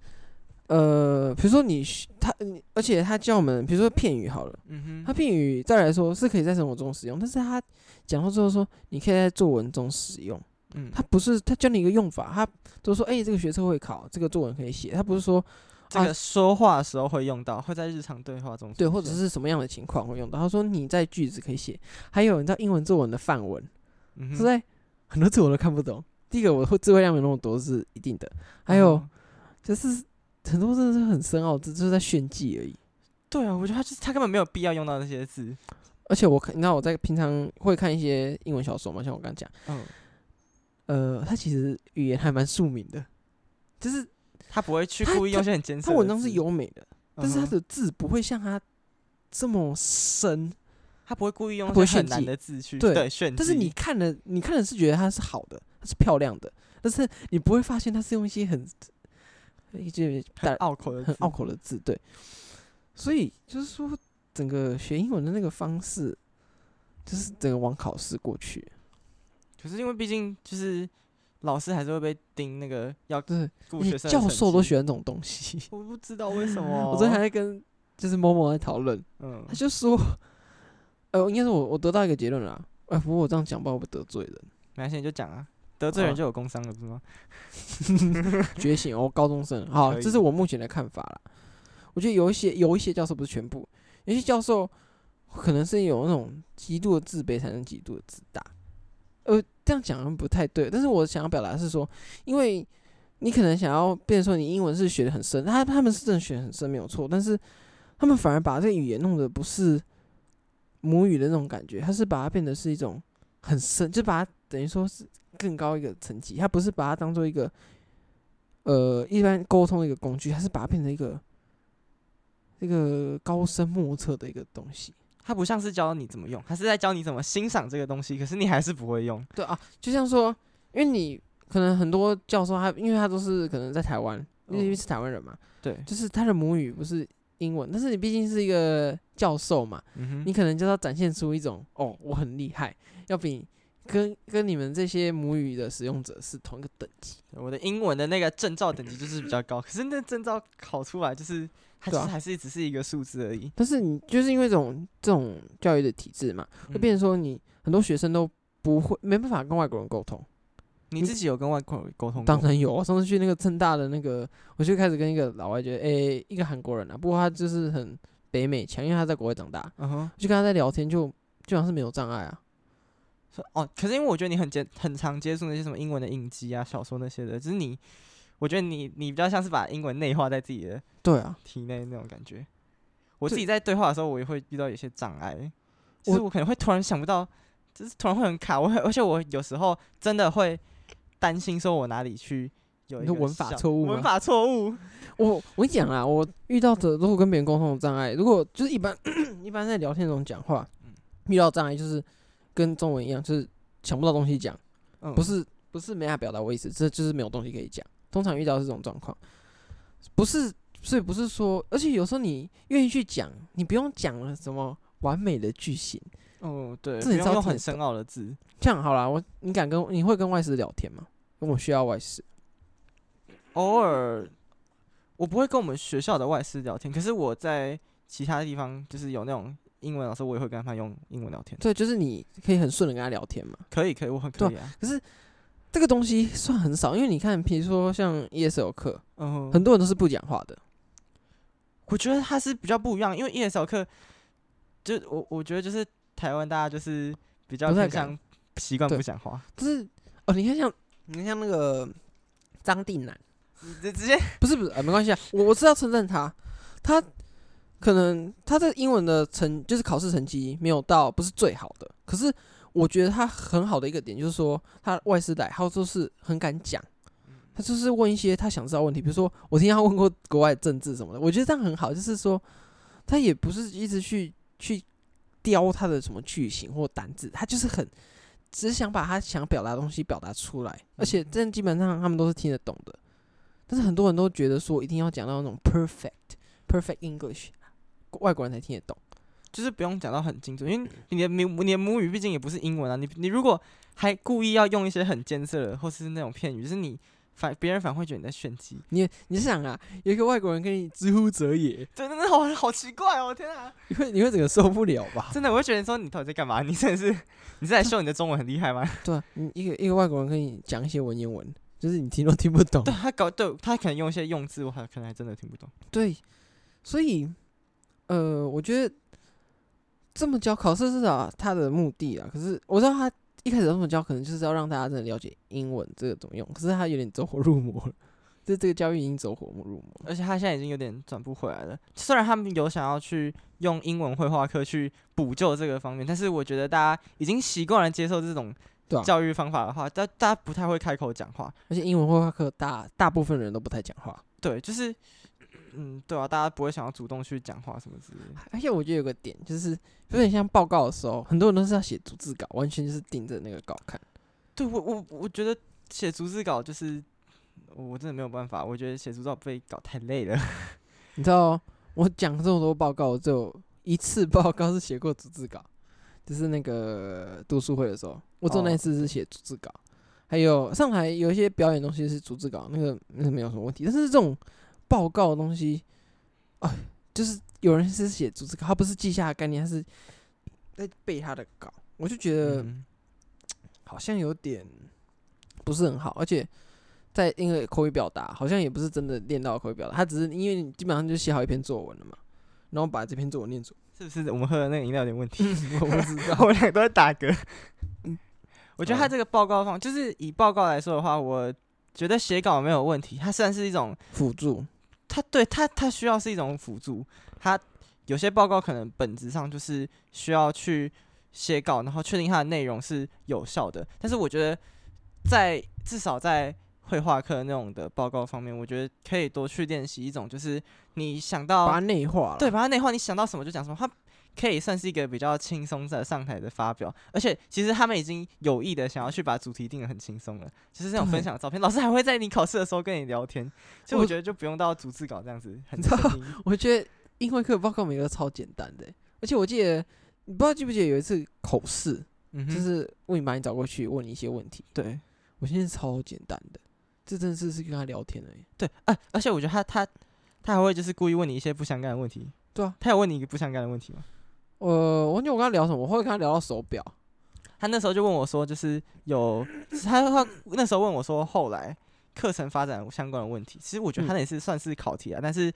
S1: 呃，比如说你学他，你而且他教我们，比如说片语好了，
S2: 嗯
S1: 他
S2: 哼，
S1: 片语再来说是可以在生活中使用，但是他讲到最后说你可以在作文中使用。
S2: 嗯，
S1: 他不是他教你一个用法，他都说哎、这个学测会考，这个作文可以写，他不是说
S2: 这个说话的时候会用到，会在日常对话中出现，
S1: 对或者是什么样的情况会用到。他说你在句子可以写，还有你知道英文作文的范文，
S2: 嗯
S1: 是
S2: 哼，
S1: 在 很多字我都看不懂。第一个我会智慧量没有那么多是一定的，还有
S2: 嗯
S1: 就是很多真的是很深奥的字，就是在炫技而已。
S2: 对啊，我觉得他就是他根本没有必要用到那些字，
S1: 而且我看，你知道我在平常会看一些英文小说嘛，像我刚刚讲，
S2: 嗯，
S1: 呃，他其实语言还蛮庶民的，就是
S2: 他不会去
S1: 他
S2: 故意用一些很艰涩
S1: 他
S2: 的字，
S1: 文章是优美的，但
S2: 嗯
S1: 是他
S2: 哼，
S1: 的字不会像他这么
S2: 嗯
S1: 深，
S2: 他不会故意用
S1: 他不会
S2: 一些很
S1: 炫
S2: 难
S1: 技
S2: 的字去
S1: 对
S2: 对炫技，
S1: 但是你看了，你看了是觉得它是好的，它是漂亮的，但是你不会发现它是用一些很一些
S2: 很
S1: 大
S2: 拗口的
S1: 很
S2: 字
S1: 拗口的字，对。所以就是说，整个学英文的那个方式，就是整个往考试过去，
S2: 可是因为毕竟就是老师还是会被盯那个要
S1: 对
S2: 顾
S1: 而
S2: 学
S1: 且哎
S2: 生的
S1: 教
S2: 成
S1: 授都
S2: 绩，哦
S1: 喜欢这种东西。
S2: 我不知道为什 么。
S1: 我昨天还在跟就是某某在讨论，
S2: 嗯
S1: 他就说， 呃，应该是我我得到一个结论啦。哎、不过我这样讲，不知道会不会得罪人。
S2: 没关系，你就讲啊，得罪人
S1: 好啊
S2: 就有工伤了，不是吗？
S1: 觉醒哦，高中生。好，
S2: 可以
S1: 这是我目前的看法啦。我觉得有一些有一些教授不是全部，有些教授可能是有那种极度的自卑才能极度的自大。呃，这样讲好像不太对，但是我想要表达的是说，因为你可能想要变成说你英文是学的很深，他他们是真的学得很深没有错，但是他们反而把这个语言弄得不是母语的那种感觉，他是把它变得是一种很深，就把它等于说是更高一个层级，他不是把它当做一个呃一般沟通的一个工具，他是把它变成一个这个高深莫测的一个东西。
S2: 他不像是教你怎么用，他是在教你怎么欣赏这个东西，可是你还是不会用。
S1: 对啊，就像说，因为你可能很多教授他，因为他都是可能在台湾，因为
S2: 嗯
S1: 是台湾人嘛，
S2: 对，
S1: 就是他的母语不是英文，但是你毕竟是一个教授嘛，
S2: 嗯
S1: 你
S2: 哼，
S1: 可能就要展现出一种哦，我很厉害，要比跟跟你们这些母语的使用者是同一个等级。
S2: 我的英文的那个证照等级就是比较高，可是那证照考出来就是它其
S1: 对啊
S2: 实还是只是一个数字而已，
S1: 嗯
S2: 嗯
S1: 但是你就是因为这种这种教育的体制嘛，会变成说你很多学生都不会没办法跟外国人沟通。
S2: 你自己有跟外国人沟通过？
S1: 当然有，我啊上次去那个正大的那个，我就开始跟一个老外觉得，诶、一个韩国人啊，不过他就是很北美腔，因为他在国外长大，
S2: 嗯哼，
S1: 就跟他在聊天就，基本上是没有障碍啊。
S2: 说哦，可是因为我觉得你很接很常接触那些什么英文的影集啊、小说那些的，只是你，我觉得你你比较像是把英文内化在自己的
S1: 对啊，
S2: 体内那种感觉。我
S1: 对
S2: 自己在对话的时候，我也会遇到有些障碍，就是
S1: 我
S2: 我可能会突然想不到，就是突然会很卡。我会，而且我有时候真的会担心，说我哪里去有
S1: 你
S2: 一
S1: 的
S2: 个
S1: 文法
S2: 小
S1: 错误吗
S2: 文法错误，
S1: 我我跟你讲啊，我遇到的如果跟别人沟通的障碍，如果就是一般 一般在聊天中讲话，遇到障碍就是跟中文一样，就是想不到东西讲，
S2: 嗯
S1: 不是不是没法表达我意思，这就是没有东西可以讲。通常遇到是这种状况，不是，所以不是说，而且有时候你愿意去讲，你不用讲了什么完美的句型。
S2: 哦，对，
S1: 这
S2: 不
S1: 你
S2: 用
S1: 知道
S2: 用
S1: 听
S2: 很
S1: 得
S2: 深奥的字，
S1: 这样好啦，我你敢跟你会跟外师聊天吗？跟我需要外师，
S2: 偶尔我不会跟我们学校的外师聊天，可是我在其他地方就是有那种英文老师，我也会跟他们用英文聊天。
S1: 对，就是你可以很顺的跟他聊天嘛。
S2: 可以，可以，我很
S1: 对
S2: 可以啊。
S1: 这个东西算很少，因为你看，比如说像 ESL 课，
S2: 嗯
S1: 很多人都是不讲话的。
S2: 我觉得它是比较不一样，因为 ESL E 课，就我我觉得就是台湾大家就是比较
S1: 不太
S2: 偏
S1: 敢
S2: 向习惯
S1: 对
S2: 不讲话，
S1: 就是哦，你看像你看像那个张定南，
S2: 你直直接
S1: 不是不是，呃、没关系啊，我我是要称赞他，他可能他的英文的成就是考试成绩没有到不是最好的，可是我觉得他很好的一个点就是说他外师来，他就是很敢讲。他就是问一些他想知道的问题，比如说我听他问过国外政治什么的，我觉得这样很好，就是说他也不是一直去去雕他的什么句型或单字，他就是很只想把他想表达的东西表达出来，而且这样基本上他们都是听得懂的。但是很多人都觉得说一定要讲到那种 perfect perfect English，外国人才听得懂。
S2: 就是不用讲到很精准，因为你的母你的母语毕竟也不是英文啊，你你如果还故意要用一些很艰涩的或是那种片语，就是你反别人反而会觉得你在炫技，
S1: 你你想啊，有一个外国人跟你知乎者也，
S2: 对，真的好好奇怪哦，天啊！
S1: 你会你会整个受不了吧？
S2: 真的，我会觉得说你到底在干嘛？你真的是 你是在秀你的中文很厉害吗？
S1: 对啊，你一个一个外国人跟你讲一些文言文，就是你听都听不懂。
S2: 对他搞对他可能用一些用字，我还可能还真的听不懂。
S1: 对，所以呃，我觉得这么教考试是啊，他的目的啊。可是我知道他一开始这么教，可能就是要让大家真的了解英文这个怎么用。可是他有点走火入魔了，这这个教育已经走火入魔了。
S2: 而且他现在已经有点转不回来了。虽然他们有想要去用英文绘画课去补救这个方面，但是我觉得大家已经习惯了接受这种
S1: 对啊
S2: 教育方法的话，大大家不太会开口讲话。
S1: 而且英文绘画课大大部分人都不太讲话，
S2: 对，就是嗯，对啊，大家不会想要主动去讲话什么之类的。
S1: 而且我觉得有个点就是有点像报告的时候，很多人都是要写逐字稿，完全就是盯着那个稿看。
S2: 对我我我觉得写逐字稿就是。我真的没有办法，我觉得写逐字稿被搞太累了。
S1: 你知道我讲这么多报告，我只有一次报告是写过逐字稿， 就是那个读书会的时候，我做那一次是写逐字稿。还有上海有一些表演东西是逐字稿，那个那个没有什么问题。但是这种报告的东西，哎，就是有人是写逐字稿，他不是记下概念，他是在背他的稿。我就觉得
S2: 嗯
S1: 好像有点不是很好，而且在因为口语表达好像也不是真的练到口语表达，他只是因为你基本上就写好一篇作文了嘛，然后把这篇作文念出
S2: 是不是我们喝的那个饮料有点问题？
S1: 来，我不知道。
S2: 我 们俩都在打嗝。我觉得
S1: 嗯
S2: 他这个报告方，就是以报告来说的话，我觉得写稿没有问题。它算是一种，
S1: 辅助，
S2: 它对它它需要是一种辅助。它有些报告可能本质上就是需要去写稿，然后确定它的内容是有效的。但是我觉得在至少在绘画课那种的报告方面，我觉得可以多去练习一种，就是你想到
S1: 把它内化了。
S2: 对，，把它内化，你想到什么就讲什么，它可以算是一个比较轻松的上台的发表，而且其实他们已经有意的想要去把主题定的很轻松了，就是那种
S1: 对
S2: 分享的照片，老师还会在你考试的时候跟你聊天，所以
S1: 我
S2: 我觉得就不用到逐字稿这样子 很
S1: 你知道
S2: 生硬
S1: 我觉得英文课报告每个都超简单的欸、而且我记得你不知道记不记得有一次口试，
S2: 嗯哼，
S1: 就是问你把你找过去问你一些问题，
S2: 对
S1: 我现在超简单的，这真的是是跟他聊天而已。
S2: 对，啊，而且我觉得他他他还会就是故意问你一些不相干的问题，
S1: 对啊，
S2: 他有问你一个不相干的问题吗？
S1: 呃，我忘记我跟他聊什么，我会跟他聊到手表，
S2: 他那时候就问我说，就是有他他那时候问我说，后来课程发展相关的问题，其实我觉得他那也是算是考题啊，但是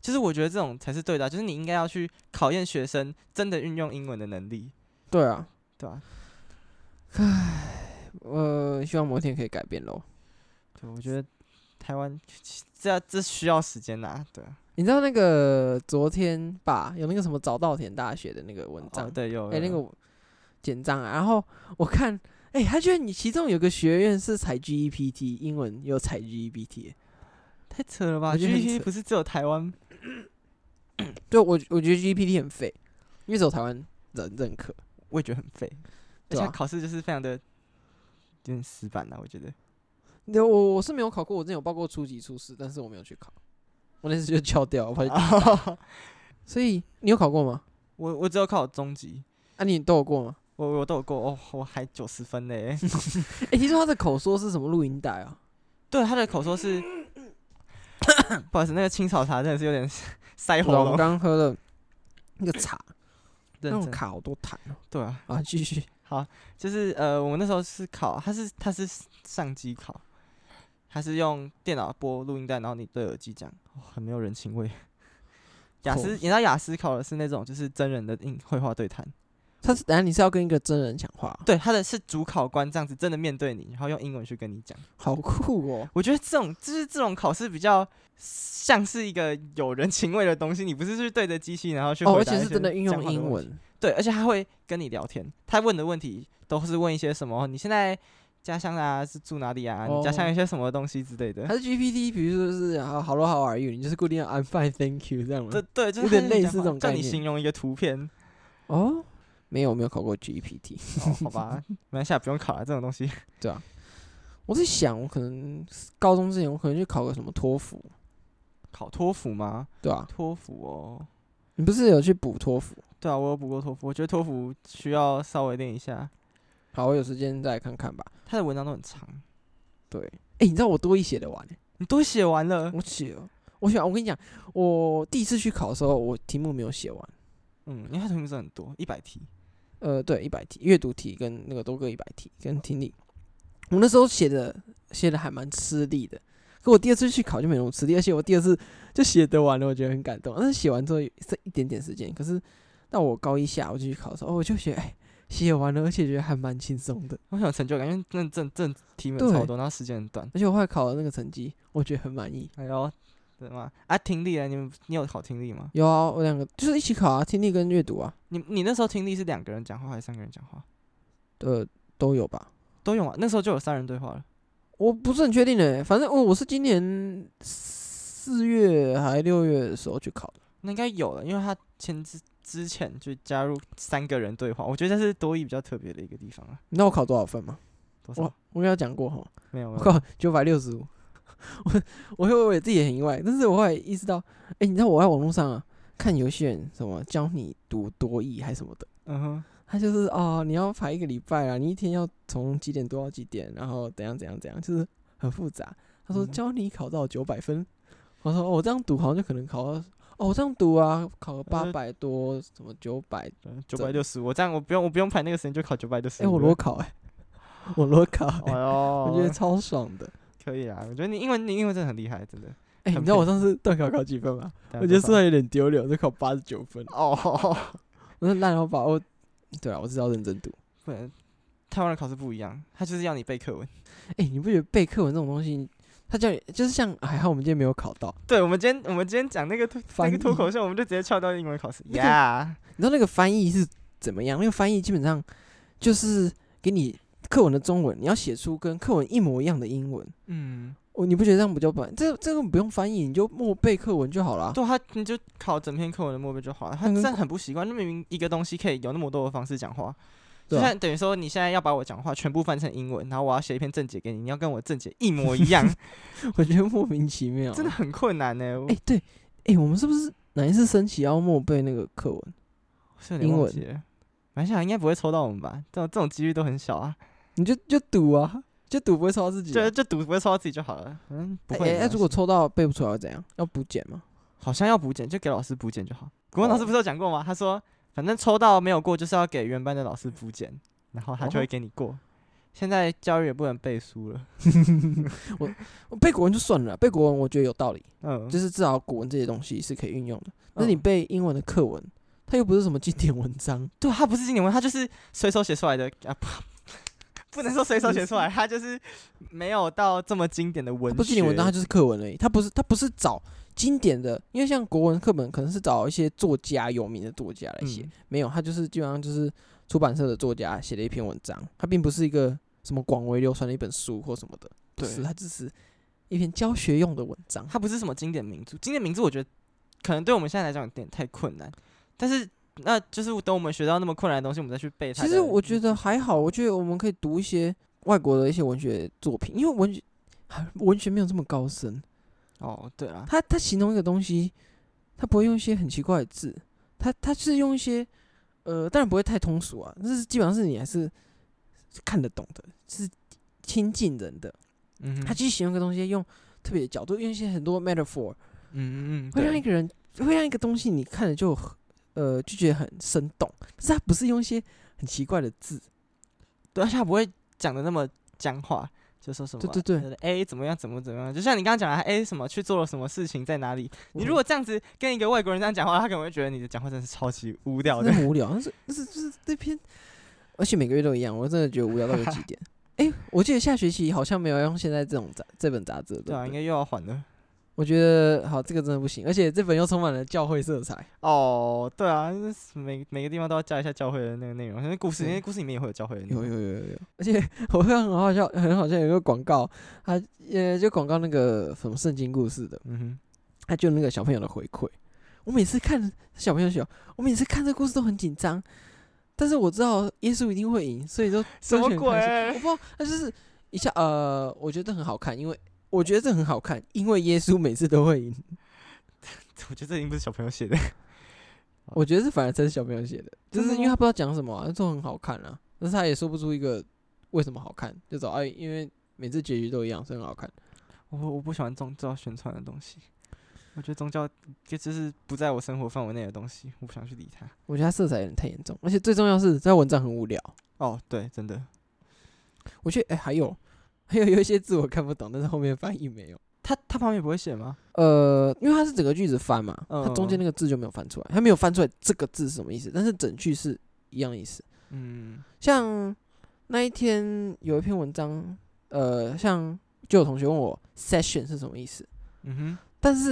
S2: 就是我觉得这种才是对的啊、就是你应该要去考验学生真的运用英文的能力，
S1: 对啊，
S2: 对吧、
S1: 呃，希望某天可以改变咯。
S2: 对，我觉得台湾这这需要时间呐、对啊，
S1: 你知道那个昨天吧，有那个什么早稻田大学的那个文章
S2: 哦，对有，
S1: 哎、那
S2: 有
S1: 个简章啊，然后我看，哎、他居然你其中有个学院是采 GPT，英文有采 GPT，欸
S2: 太扯了吧
S1: 我觉得很
S2: ？GPT
S1: 扯
S2: 不是只有台湾
S1: 对我我觉得 GPT 很废，因为只有台湾人认可。
S2: 我也觉得很废，而
S1: 对
S2: 且
S1: 啊
S2: 考试就是非常的有点死板呐、啊我觉得。
S1: 那我我是没有考过，我之前有报过初级初试，但是我没有去考，我那次就翘掉，我
S2: 啊
S1: 发现。所以你有考过吗？
S2: 我我只有考中级，
S1: 啊，你都有过吗？
S2: 我我都有过哦，我还九十分呢。
S1: 哎、听说他的口说是什么录音带啊？
S2: 对，他的口说是， 不好意思，那个青草茶真的是有点 塞
S1: 不
S2: 喉
S1: 知道我
S2: 咙，
S1: 刚喝了那个茶，那
S2: 认
S1: 种
S2: 真。
S1: 卡好多痰哦、
S2: 对啊，
S1: 啊，继续。
S2: 好，就是呃，我们那时候是考，他是他是上机考，他是用电脑播录音带，然后你对耳机讲，哦，很没有人情味。雅思，你知道雅思考的是那种就是真人的应绘画对谈，
S1: 他是等下你是要跟一个真人讲话啊，
S2: 对，他的是主考官这样子真的面对你，然后用英文去跟你讲。
S1: 好酷 哦、
S2: 我觉得这种就是这种考试比较像是一个有人情味的东西，你不是去对着机器然后去
S1: 哦，
S2: 回
S1: 而
S2: 答一
S1: 且
S2: 些
S1: 是真的运
S2: 讲
S1: 用
S2: 话
S1: 英
S2: 问题，
S1: 文，
S2: 对，而且他会跟你聊天，他问的问题都是问一些什么，你现在家乡啊是住哪里啊，你家乡
S1: 哦
S2: 有些什么东西之类的，
S1: 还是 GPT，比如说是啊，Hello how are you，你就是固定要 I'm fine thank you 这样
S2: 对
S1: 吗？
S2: 对，就是
S1: 有点
S2: 他跟
S1: 类
S2: 你讲
S1: 似
S2: 话
S1: 这种
S2: 叫
S1: 概
S2: 你
S1: 念
S2: 形容一个图 片，
S1: 哦，没有没有考过 GPT，
S2: 哦，好吧，没关系啊，不用考了，这种东西
S1: 对啊， 我在想我可能高中之前我可能去考个什么托福，
S2: 考托福吗？
S1: 对啊，
S2: 托福哦，
S1: 你不是有去补托福？
S2: 对啊，我有补过托福，我觉得托福需要稍微练一下，
S1: 好，我有时间再来看看吧。
S2: 他的文章都很长，
S1: 对，哎、你知道我多一写的完、欸，
S2: 你都写完了，
S1: 我写了，我想我跟你讲，我第一次去考的时候，我题目没有写完，
S2: 嗯，因为他的名字很多，一百题。
S1: 呃，对，一百题阅读题跟那个多个一百题跟听力，我那时候写的写的还蛮吃力的。可我第二次去考就没那么吃力，而且我第二次就写得完了，我觉得很感动。但是写完之后也剩一点点时间，可是到我高一下我就去考的时候，哦，我就写，哎，写完了，而且觉得还蛮轻松的。
S2: 我想有成就感，因为那正正题目
S1: 对
S2: 超多，然后时间很短。
S1: 而且我后来考的那个成绩，我觉得很满意。
S2: 哎呦，对吗？啊，听力啊，你们你有考听力吗？
S1: 有啊，我两个就是一起考啊，听力跟阅读啊，
S2: 你你那时候听力是两个人讲话还是三个人讲话？
S1: 呃，都有吧。
S2: 都有啊，那时候就有三人对话了。
S1: 我不是很确定诶、反正我我是今年四月还六月的时候去考的，
S2: 那应该有了，因为他前之之前就加入三个人对话，我觉得这是多益比较特别的一个地方啊。
S1: 你知道我考多少分吗？
S2: 多少
S1: 我？我跟他讲过哈，
S2: 没有
S1: 我
S2: 没有，
S1: 考九百六十五， 我我会我也自己也很意外，但是我后来意识到，哎、你知道我在网络上啊看有些人什么教你读多义还什么的，
S2: 嗯哼，
S1: 他就是哦你要排一个礼拜啊，你一天要从几点多到几点，然后怎样怎样怎样，就是很复杂。他说
S2: 嗯
S1: 教你考到九百分，我说哦我这样读好像就可能考到。哦，我这样读啊，考个八
S2: 呃
S1: 百多，什么九百
S2: 九百六十五，我这样我不用我不用排那个时间就考九百六十
S1: 哎、
S2: 五。
S1: 我裸考哎、 我裸考、
S2: 哎
S1: 欸，
S2: 呦，
S1: 我觉得超爽的。
S2: 可以啊，我觉得你英文你英文真的很厉害，真的。
S1: 哎、你
S2: 很
S1: 知道我
S2: 佩
S1: 上次段考考几分吗？
S2: 大家
S1: 我觉得
S2: 多少
S1: 虽然有点丢脸，我就考八十九分，
S2: 哦，
S1: 我说烂老板，我对啊，我知道认真读。
S2: 不然台湾的考试不一样，他就是要你背课文。
S1: 哎、你不觉得背课文这种东西，他叫你就是像哎还好我们今天没有考到，
S2: 对，我们今天我们今天讲那个脱那
S1: 翻
S2: 个脱
S1: 译
S2: 口秀，我们就直接跳到英文 考试。
S1: 那个
S2: 呀，
S1: 你知道那个翻译是怎么样？那个翻译基本上就是给你课文的中文，你要写出跟课文一模一样的英文。
S2: 嗯，
S1: 哦，你不觉得这样比较笨？这这个不用翻译，你就默背课文就好了。啊
S2: 对他你就考整篇课文的默背就好了。他
S1: 那
S2: 真
S1: 跟
S2: 的很不习惯，那明明一个东西可以有那么多的方式讲话，就
S1: 对啊
S2: 像等于说你现在要把我讲话全部翻成英文，然后我要写一篇正解给你，你要跟我正解一模 一样，
S1: 我觉得莫名其妙，啊
S2: 真的。很困难呢。我
S1: 哎、对，哎、我们是不是哪一次升旗要默背那个课文？
S2: 是有点
S1: 英
S2: 忘
S1: 文
S2: 记了。马来西亚应该不会抽到我们吧？这种这种几率都很小啊，
S1: 你就就赌啊，就赌不会抽到自己、
S2: 就
S1: 啊。
S2: 就赌不会抽到自己就好了。嗯，不
S1: 哎
S2: 会。
S1: 哎、如果抽到背不出来会怎样？要补检吗？
S2: 好像要补检，就给老师补哦检就好。国文老师不是有讲过吗？他说，反正抽到没有过，就是要给原班的老师补检。然后他就会给你过。现在教育也不能背书了，
S1: 背国文就算了啦，背国文我觉得有道理，
S2: 嗯，
S1: 就是至少古文这些东西是可以运用的。那你
S2: 嗯
S1: 背英文的课文，它又不是什么经典文章，
S2: 对，他不是经典文，他就是随手写出来的 啊，不，不能说随手写出 来，他就是没有到这么经典的文
S1: 它
S2: 学。
S1: 不是经典文章，它就是课文而已。它不是它不是找经典的，因为像国文课本可能是找一些作家有名的作家来写，
S2: 嗯
S1: 没有，它就是基本上就是出版社的作家写的一篇文章，它并不是一个什么广为流传的一本书或什么的，不
S2: 对
S1: 是，它只是一篇教学用的文章。
S2: 它不是什么经典名著，经典名著我觉得可能对我们现在来讲有点太困难，但是那就是等我们学到那么困难的东西，我们再去背它
S1: 其
S2: 的。嗯
S1: 实我觉得还好，我觉得我们可以读一些外国的一些文学作品，因为文学啊文学没有这么高深，
S2: 哦，对啊，
S1: 他他形容一个东西，他不会用一些很奇怪的字，他他是用一些呃，当然不会太通俗啊，但是基本上是你还是是看得懂的，是亲近人的。
S2: 嗯哼，
S1: 他去形容一个东西，用特别的角度，用一些很多 metaphor，
S2: 嗯嗯嗯，
S1: 会让
S2: 对
S1: 一个人会让一个东西你看了就很呃就觉得很生动，但是他不是用一些很奇怪的字，
S2: 对，而且他不会讲的那么僵化，就说什么
S1: 对对对
S2: ，A 怎么样，怎么怎么样，就像你刚刚讲的，A 什么去做了什么事情，在哪里。你如果这样子跟一个外国人这样讲话，他可能会觉得你的讲话真的是超级无聊的
S1: 真。的很无聊，但是但是就是这篇，而且每个月都一样，我真的觉得无聊到有极 点。哎、我记得下学期好像没有用现在这种杂这本杂志了，
S2: 对啊，
S1: 不
S2: 应该又要还了。
S1: 我觉得好，这个真的不行，而且这本又充满了教会色彩。
S2: 哦，对啊，就是每每个地方都要加一下教会的那个内容，因为故事，
S1: 对
S2: 因为故事里面也会有教会的内容。
S1: 有有有，而且我看很好笑，很好笑，有一个广告，他呃就广告那个什么圣经故事的，
S2: 嗯哼，
S1: 他就那个小朋友的回馈。我每次看小朋友写，我每次看这故事都很紧张，但是我知道耶稣一定会赢，所以 就
S2: 什
S1: 都
S2: 么
S1: 觉得很开心我
S2: 鬼？
S1: 不知道，他就是一下呃，我觉得很好看，因为我觉得这很好看，因为耶稣每次都会赢。
S2: 我觉得这已经不是小朋友写的。
S1: 我觉得这反而才是小朋友写的，就是
S2: 真的
S1: 因为他
S2: 吗
S1: 不知道讲什么、啊，说很好看啊，但是他也说不出一个为什么好看，就找哎，因为每次结局都一样，所以很好看。
S2: 我我不喜欢宗教宣传的东西，我觉得宗教就就是不在我生活范围内的东西，我不想去理它。
S1: 我觉得他色彩有点太严重，而且最重要的是，这文章很无聊。
S2: 哦，对，真的，
S1: 我觉得哎、还有还有有一些字我看不懂，但是后面翻译没有。
S2: 他他旁边不会写吗？
S1: 呃，因为它是整个句子翻嘛，
S2: 嗯
S1: 它中间那个字就没有翻出来，它没有翻出来这个字是什么意思，但是整句是一样意思。
S2: 嗯，
S1: 像那一天有一篇文章，呃，像就有同学问我 session 是什么意思，
S2: 嗯哼，
S1: 但是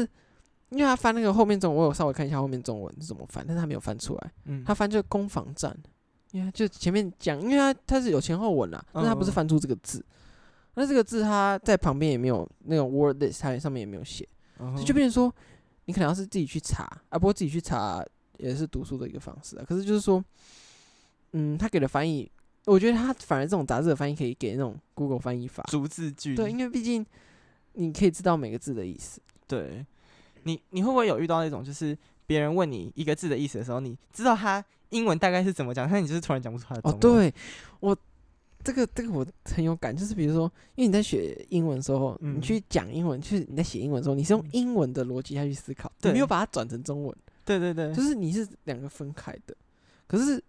S1: 因为他翻那个后面中文，我有稍微看一下后面中文是怎么翻，但是他没有翻出来，
S2: 嗯，
S1: 他翻就是攻防战，因为他就前面讲，因为他他是有前后文啦，啊但是他不是
S2: 嗯嗯
S1: 翻出这个字。那这个字他在旁边也没有那种 word list，它上面也没有写，
S2: 嗯
S1: 所
S2: 哼
S1: 以就变成说你可能要是自己去查啊，不过自己去查也是读书的一个方式啊。可是就是说，嗯，他给的翻译，我觉得他反而这种杂志的翻译可以给那种 Google 翻译法，
S2: 逐字句，
S1: 对，因为毕竟你可以知道每个字的意思。
S2: 对，你你会不会有遇到那种，就是别人问你一个字的意思的时候，你知道他英文大概是怎么讲，但你就是突然讲不出他的
S1: 哦，
S2: 中文，
S1: 对我这个这个我很有感，就是比如说，因为你在学英文的时候，你
S2: 嗯
S1: 去讲英文，就是你在写英文的时候，你是用
S2: 嗯
S1: 英文的逻辑下去思考，你
S2: 对
S1: 没有把它转成中文，
S2: 对对对，
S1: 就是你是两个分开的。可是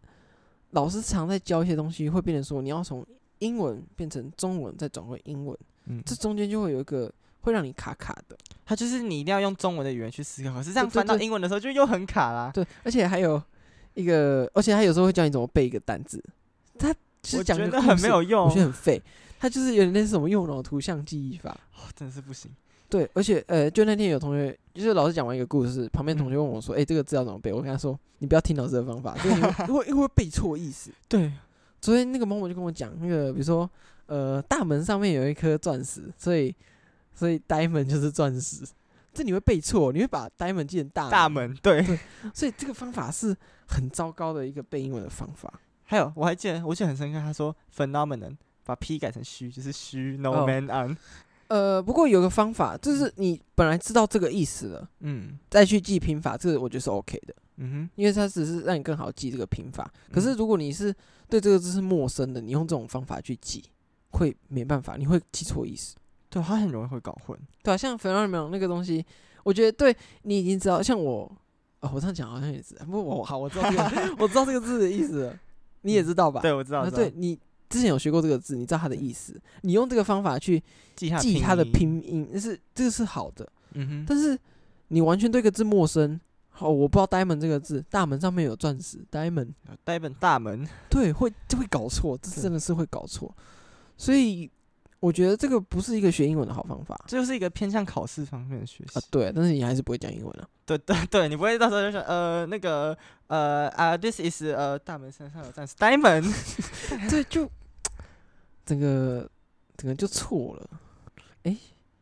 S1: 老师常在教一些东西，会变成说你要从英文变成中文，再转回英文，
S2: 嗯
S1: 这中间就会有一个会让你卡卡的。
S2: 他就是你一定要用中文的语言去思考，可是这样
S1: 对对
S2: 翻到
S1: 对
S2: 英文的时候就又很卡啦。
S1: 对，而且还有一个，而且他有时候会教你怎么背一个单字，他其
S2: 我
S1: 实讲
S2: 觉
S1: 一个
S2: 得
S1: 故
S2: 很
S1: 事
S2: 没有用，
S1: 我觉得很废。他就是有点类似什么右脑图像记忆法。
S2: 哦真的是不行。
S1: 对，而且呃，就那天有同学，就是老师讲完一个故事，旁边
S2: 嗯
S1: 同学问 我说：“哎、这个字要怎么背？”我跟他说：“你不要听老师的方法， 这个你会会会背错意思。
S2: 对，”
S1: 昨天那个某某就跟我讲，那个比如说呃，大门上面有一颗钻石，所以所以 diamond 就是钻石。 这你会背错，你会把 diamond 记成大
S2: 大门对，
S1: 所以这个方法是很糟糕的一个背英文的方法。
S2: 还有我还记得，我记得很深刻，他说 phenomenon 把 p 改成虚，就是虚 no
S1: 哦
S2: man on。
S1: 呃，不过有个方法，就是你本来知道这个意思了，
S2: 嗯
S1: 再去记拼法，这个我觉得是 OK 的，
S2: 嗯
S1: 因为它只是让你更好记这个拼法。可是如果你是对这个字是陌生的，你用这种方法去记，会没办法，你会记错意思。
S2: 哼，对他很容易会搞混。
S1: 对啊，像 phenomenon 那个东西，我觉得对你已经呃知道，像我，哦，我这样讲好像也是，不过我好，我知道这个，我知道这个字的意思了。你也知道吧？
S2: 对，我知道，
S1: 啊，
S2: 知道
S1: 对你之前有学过这个字，你知道它的意思。你用这个方法去
S2: 记它
S1: 记它的
S2: 音，
S1: 拼音，那是这个是好的。
S2: 嗯哼，
S1: 但是你完全对一个字陌生，好，我不知道 diamond 这个字，大门上面有钻石，diamond，
S2: 带一本大门，
S1: 对，会就会搞错，这
S2: 对
S1: 真的是会搞错。所以我觉得这个不是一个学英文的好方法
S2: 这就是一个偏向考试方面的学习
S1: 啊。。对，但是你还是不会讲英文啊。
S2: 对对对，你不会到时候就说呃那个呃啊，this is 呃大门山上有战士 diamond，
S1: 对，就整个整个就错了。哎、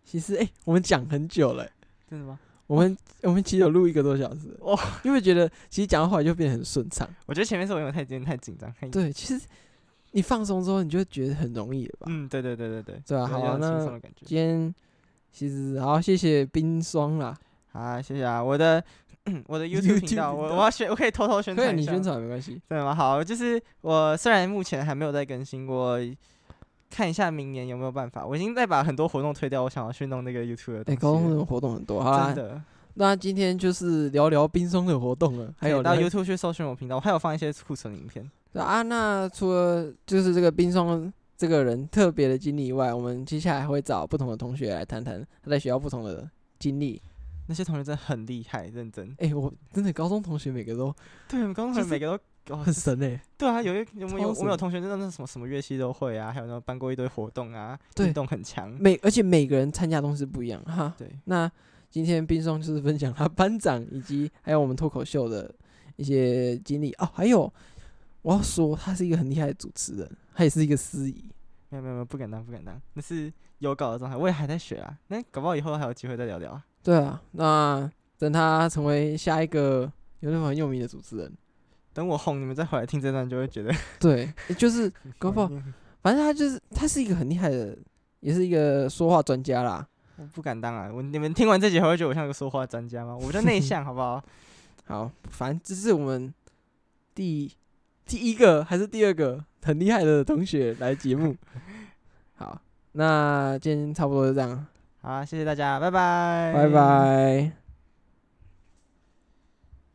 S1: 其实哎、我们讲很久了欸、
S2: 真的吗？
S1: 我们我们其实有录一个多小时
S2: 哇
S1: 哦，因为觉得其实讲到后来就变得很顺畅。
S2: 我觉得前面是我有点太今天太紧张，太
S1: 对，其实你放松之后，你就会觉得很容易了吧？
S2: 嗯对对对对对，
S1: 对啊
S2: 有
S1: 好
S2: 有
S1: 啊
S2: 种
S1: 那
S2: 轻松的感觉。
S1: 今天其实好，谢谢冰霜啦，
S2: 好啊，谢谢啊，我的 我的 YouTube 频
S1: YouTube
S2: 道，我
S1: 频道
S2: 我要宣，我可以偷偷宣
S1: 可以
S2: 传
S1: 你
S2: 一下吗，
S1: 宣传没关系。
S2: 对吗？好，就是我虽然目前还没有在更新，我看一下明年有没有办法。我已经在把很多活动推掉，我想要去弄那个 YouTube 的
S1: 哎、
S2: 东西
S1: 高中
S2: 了
S1: 的活动很多，好啦
S2: 真，的，
S1: 那今天就是聊聊冰霜的活动了，还
S2: 可以
S1: 有
S2: 到
S1: 聊
S2: YouTube 去搜寻我频道，我还有放一些库存的影片。
S1: 对啊，那除了就是这个冰霜这个人特别的经历以外，我们接下来会找不同的同学来谈谈他在学校不同的经历。
S2: 那些同学真的很厉害，认真。
S1: 哎、我真的高中同学每个都
S2: 对，我们高中同
S1: 就
S2: 学每个都哦
S1: 很，神哎、
S2: 对啊，有一我们有
S1: 超
S2: 我们有
S1: 神
S2: 同学真的那什么什么乐器都会啊，还有那种办过一堆活动啊，
S1: 对
S2: 运动很强。
S1: 每而且每个人参加的东西不一样哈。
S2: 对，
S1: 那今天冰霜就是分享他班长以及还有我们脱口秀的一些经历哦，还有我要说他是一个很厉害的主持人，他也是一个司仪。
S2: 没有没有没有，不敢当不敢当，那是有搞的状态，我也还在学啊。那搞不好以后还有机会再聊聊啊。
S1: 对啊，那等他成为下一个有那么很有名的主持人，
S2: 等我哄你们再回来听这段，就会觉得
S1: 对，就是
S2: 很
S1: 搞不
S2: 怀
S1: 好
S2: 念
S1: 反正他就是他是一个很厉害的，也是一个说话专家啦。
S2: 我不敢当啊！我你们听完这集还会觉得我像个说话专家吗？我比较内向，好不好？
S1: 好，反正这是我们第第一个还是第二个很厉害的同学来节目。好，那今天差不多就这样，
S2: 好啊，谢谢大家，拜拜，
S1: 拜拜。